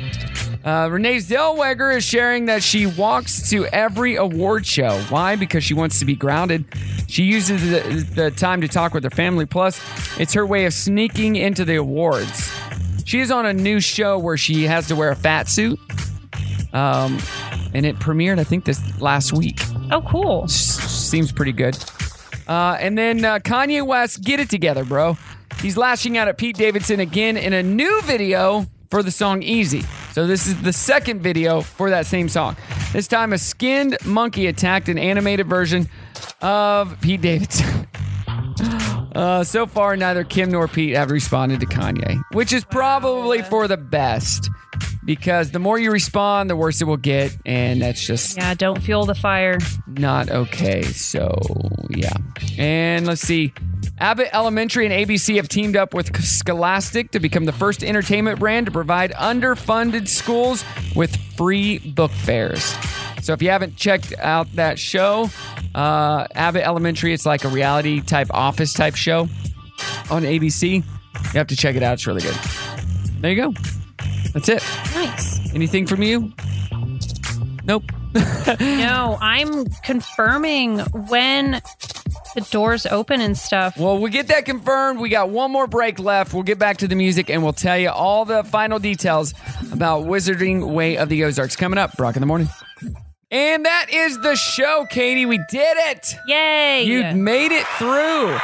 A: Uh, Renee Zellweger is sharing that she walks to every award show. Why? Because she wants to be grounded. She uses the, the time to talk with her family. Plus, it's her way of sneaking into the awards. She is on a new show where she has to wear a fat suit. Um, and it premiered, I think, this last week.
G: Oh, cool.
A: seems pretty good. Uh, and then uh, Kanye West, get it together, bro. He's lashing out at Pete Davidson again in a new video for the song Easy. So, this is the second video for that same song. This time, a skinned monkey attacked an animated version of Pete Davidson. Uh, so far, neither Kim nor Pete have responded to Kanye, which is probably for the best because the more you respond, the worse it will get. And that's just
G: Yeah, don't fuel the fire.
A: not okay. So, yeah. And let's see. Abbott Elementary and ABC have teamed up with Scholastic to become the first entertainment brand to provide underfunded schools with free book fairs. So, if you haven't checked out that show, uh, Abbott Elementary, it's like a reality type office type show on ABC. You have to check it out. It's really good. There you go. That's it.
G: Nice.
A: Anything from you? Nope.
G: no, I'm confirming when the doors open and stuff.
A: Well, we get that confirmed. We got one more break left. We'll get back to the music and we'll tell you all the final details about Wizarding Way of the Ozarks coming up. Brock in the morning. And that is the show, Katie. We did it.
G: Yay.
A: You made it through.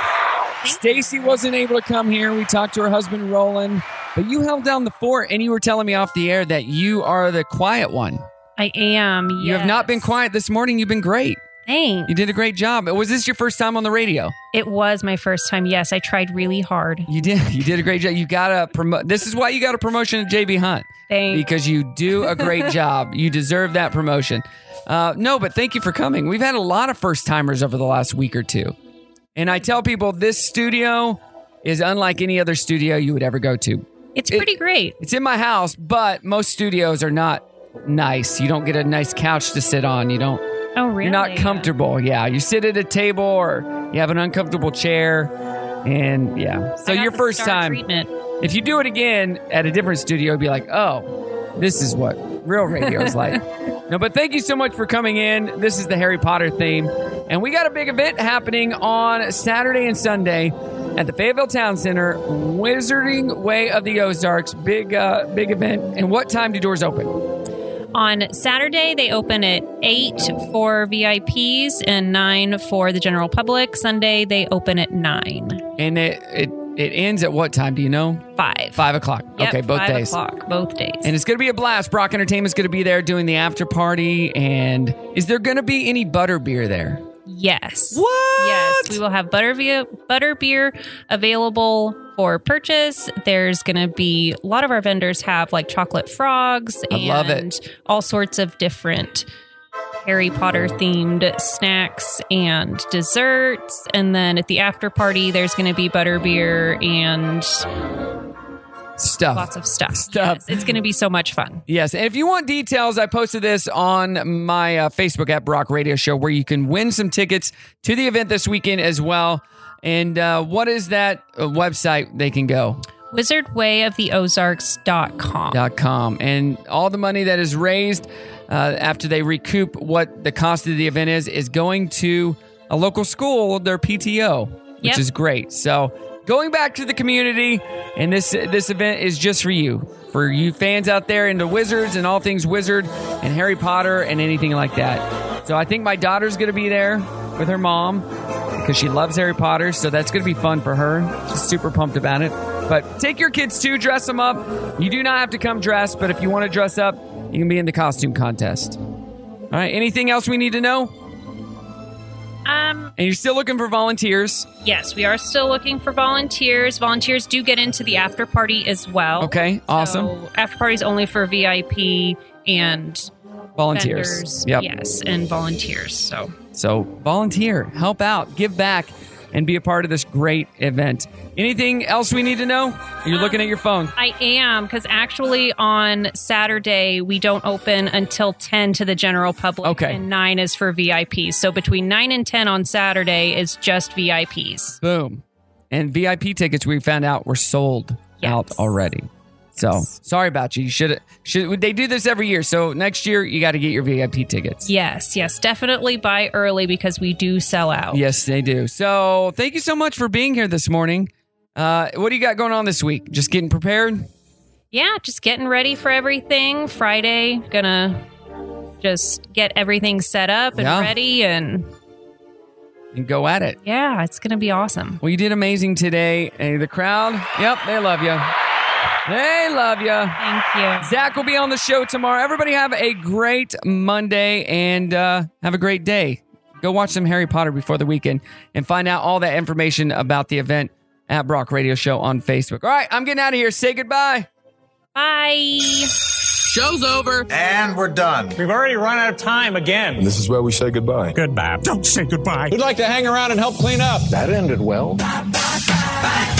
A: Stacy wasn't able to come here. We talked to her husband, Roland, but you held down the fort and you were telling me off the air that you are the quiet one.
G: I am.
A: You have not been quiet this morning. You've been great.
G: Thanks.
A: You did a great job. Was this your first time on the radio?
G: It was my first time. Yes, I tried really hard.
A: You did. You did a great job. You got to promote. This is why you got a promotion at JB Hunt.
G: Thanks.
A: Because you do a great job. You deserve that promotion. Uh, no, but thank you for coming. We've had a lot of first timers over the last week or two. And I tell people this studio is unlike any other studio you would ever go to.
G: It's pretty great.
A: It's in my house, but most studios are not nice. You don't get a nice couch to sit on. You don't.
G: Oh, really?
A: You're not comfortable. Yeah. You sit at a table or you have an uncomfortable chair. And yeah. So your first time. If you do it again at a different studio, it'd be like, oh, this is what real radio is like. no, but thank you so much for coming in. This is the Harry Potter theme. And we got a big event happening on Saturday and Sunday at the Fayetteville Town Center, Wizarding Way of the Ozarks. Big, uh, big event. And what time do doors open?
G: On Saturday, they open at 8 for VIPs and 9 for the general public. Sunday, they open at 9.
A: And it, it, it ends at what time? Do you know?
G: Five.
A: Five o'clock.
G: Yep,
A: okay, both
G: five
A: days.
G: O'clock, both days.
A: And it's going to be a blast. Brock Entertainment's going to be there doing the after party. And is there going to be any butter beer there?
G: Yes. What? Yes, we will have butter beer, butter beer available for purchase. There's going to be a lot of our vendors have like chocolate frogs
A: I
G: and
A: love it.
G: all sorts of different Harry Potter themed snacks and desserts. And then at the after party, there's going to be butter beer and
A: Ah, stuff.
G: Lots of stuff. Stuff. it's going to be so much fun.
A: Yes. And if you want details, I posted this on my uh, Facebook at Brock Radio Show where you can win some tickets to the event this weekend as well. And uh, what is that uh, website they can go?
G: Wizardwayoftheozarks.com.
A: dot com and all the money that is raised uh, after they recoup what the cost of the event is is going to a local school their PTO which
G: Yep.
A: is great so going back to the community and this this event is just for you for you fans out there into wizards and all things wizard and Harry Potter and anything like that so I think my daughter's gonna be there with her mom because she loves Harry Potter so that's gonna be fun for her She's super pumped about it but take your kids too, dress them up. You do not have to come dressed, but if you want to dress up, you can be in the costume contest. All right, anything else we need to know?
G: Um,
A: And you're still looking for volunteers.
G: yes, we are still looking for volunteers. Volunteers do get into the after party as well.
A: Okay, awesome.
G: So after party's only for VIP and
A: Volunteers.
G: vendors,
A: Yep.
G: Yes, and volunteers. So
A: So volunteer, help out, give back, and be a part of this great event. Anything else we need to know? You're looking at your phone.
G: I am because actually on Saturday we don't open until ten to the general public.
A: Okay.
G: and nine is for VIPs. So between nine and ten on Saturday is just VIPs.
A: Boom. And VIP tickets we found out were sold out already. So sorry about you. You should should they do this every year? So next year you got to get your VIP tickets.
G: Yes, yes, definitely buy early because we do sell out.
A: Yes, they do. So thank you so much for being here this morning. Uh, what do you got going on this week? Just getting prepared?
G: yeah, just getting ready for everything. Friday, gonna just get everything set up and
A: Yeah.
G: ready, and
A: And go at it.
G: yeah, it's gonna be awesome.
A: Well, you did amazing today. Hey, the crowd, yep, they love you. They love you. Thank
G: you.
A: Zach will be on the show tomorrow. Everybody have a great Monday and uh, have a great day. Go watch some Harry Potter before the weekend and find out all that information about the event at Brock Radio Show on Facebook. All right, I'm getting out of here. Say goodbye.
G: Bye.
F: Show's over. And we're done. We've already run out of time again.
Q: This is where we say goodbye. Goodbye. Don't say goodbye.
F: We'd like to hang around and help clean up.
Q: That ended well.
F: Bye.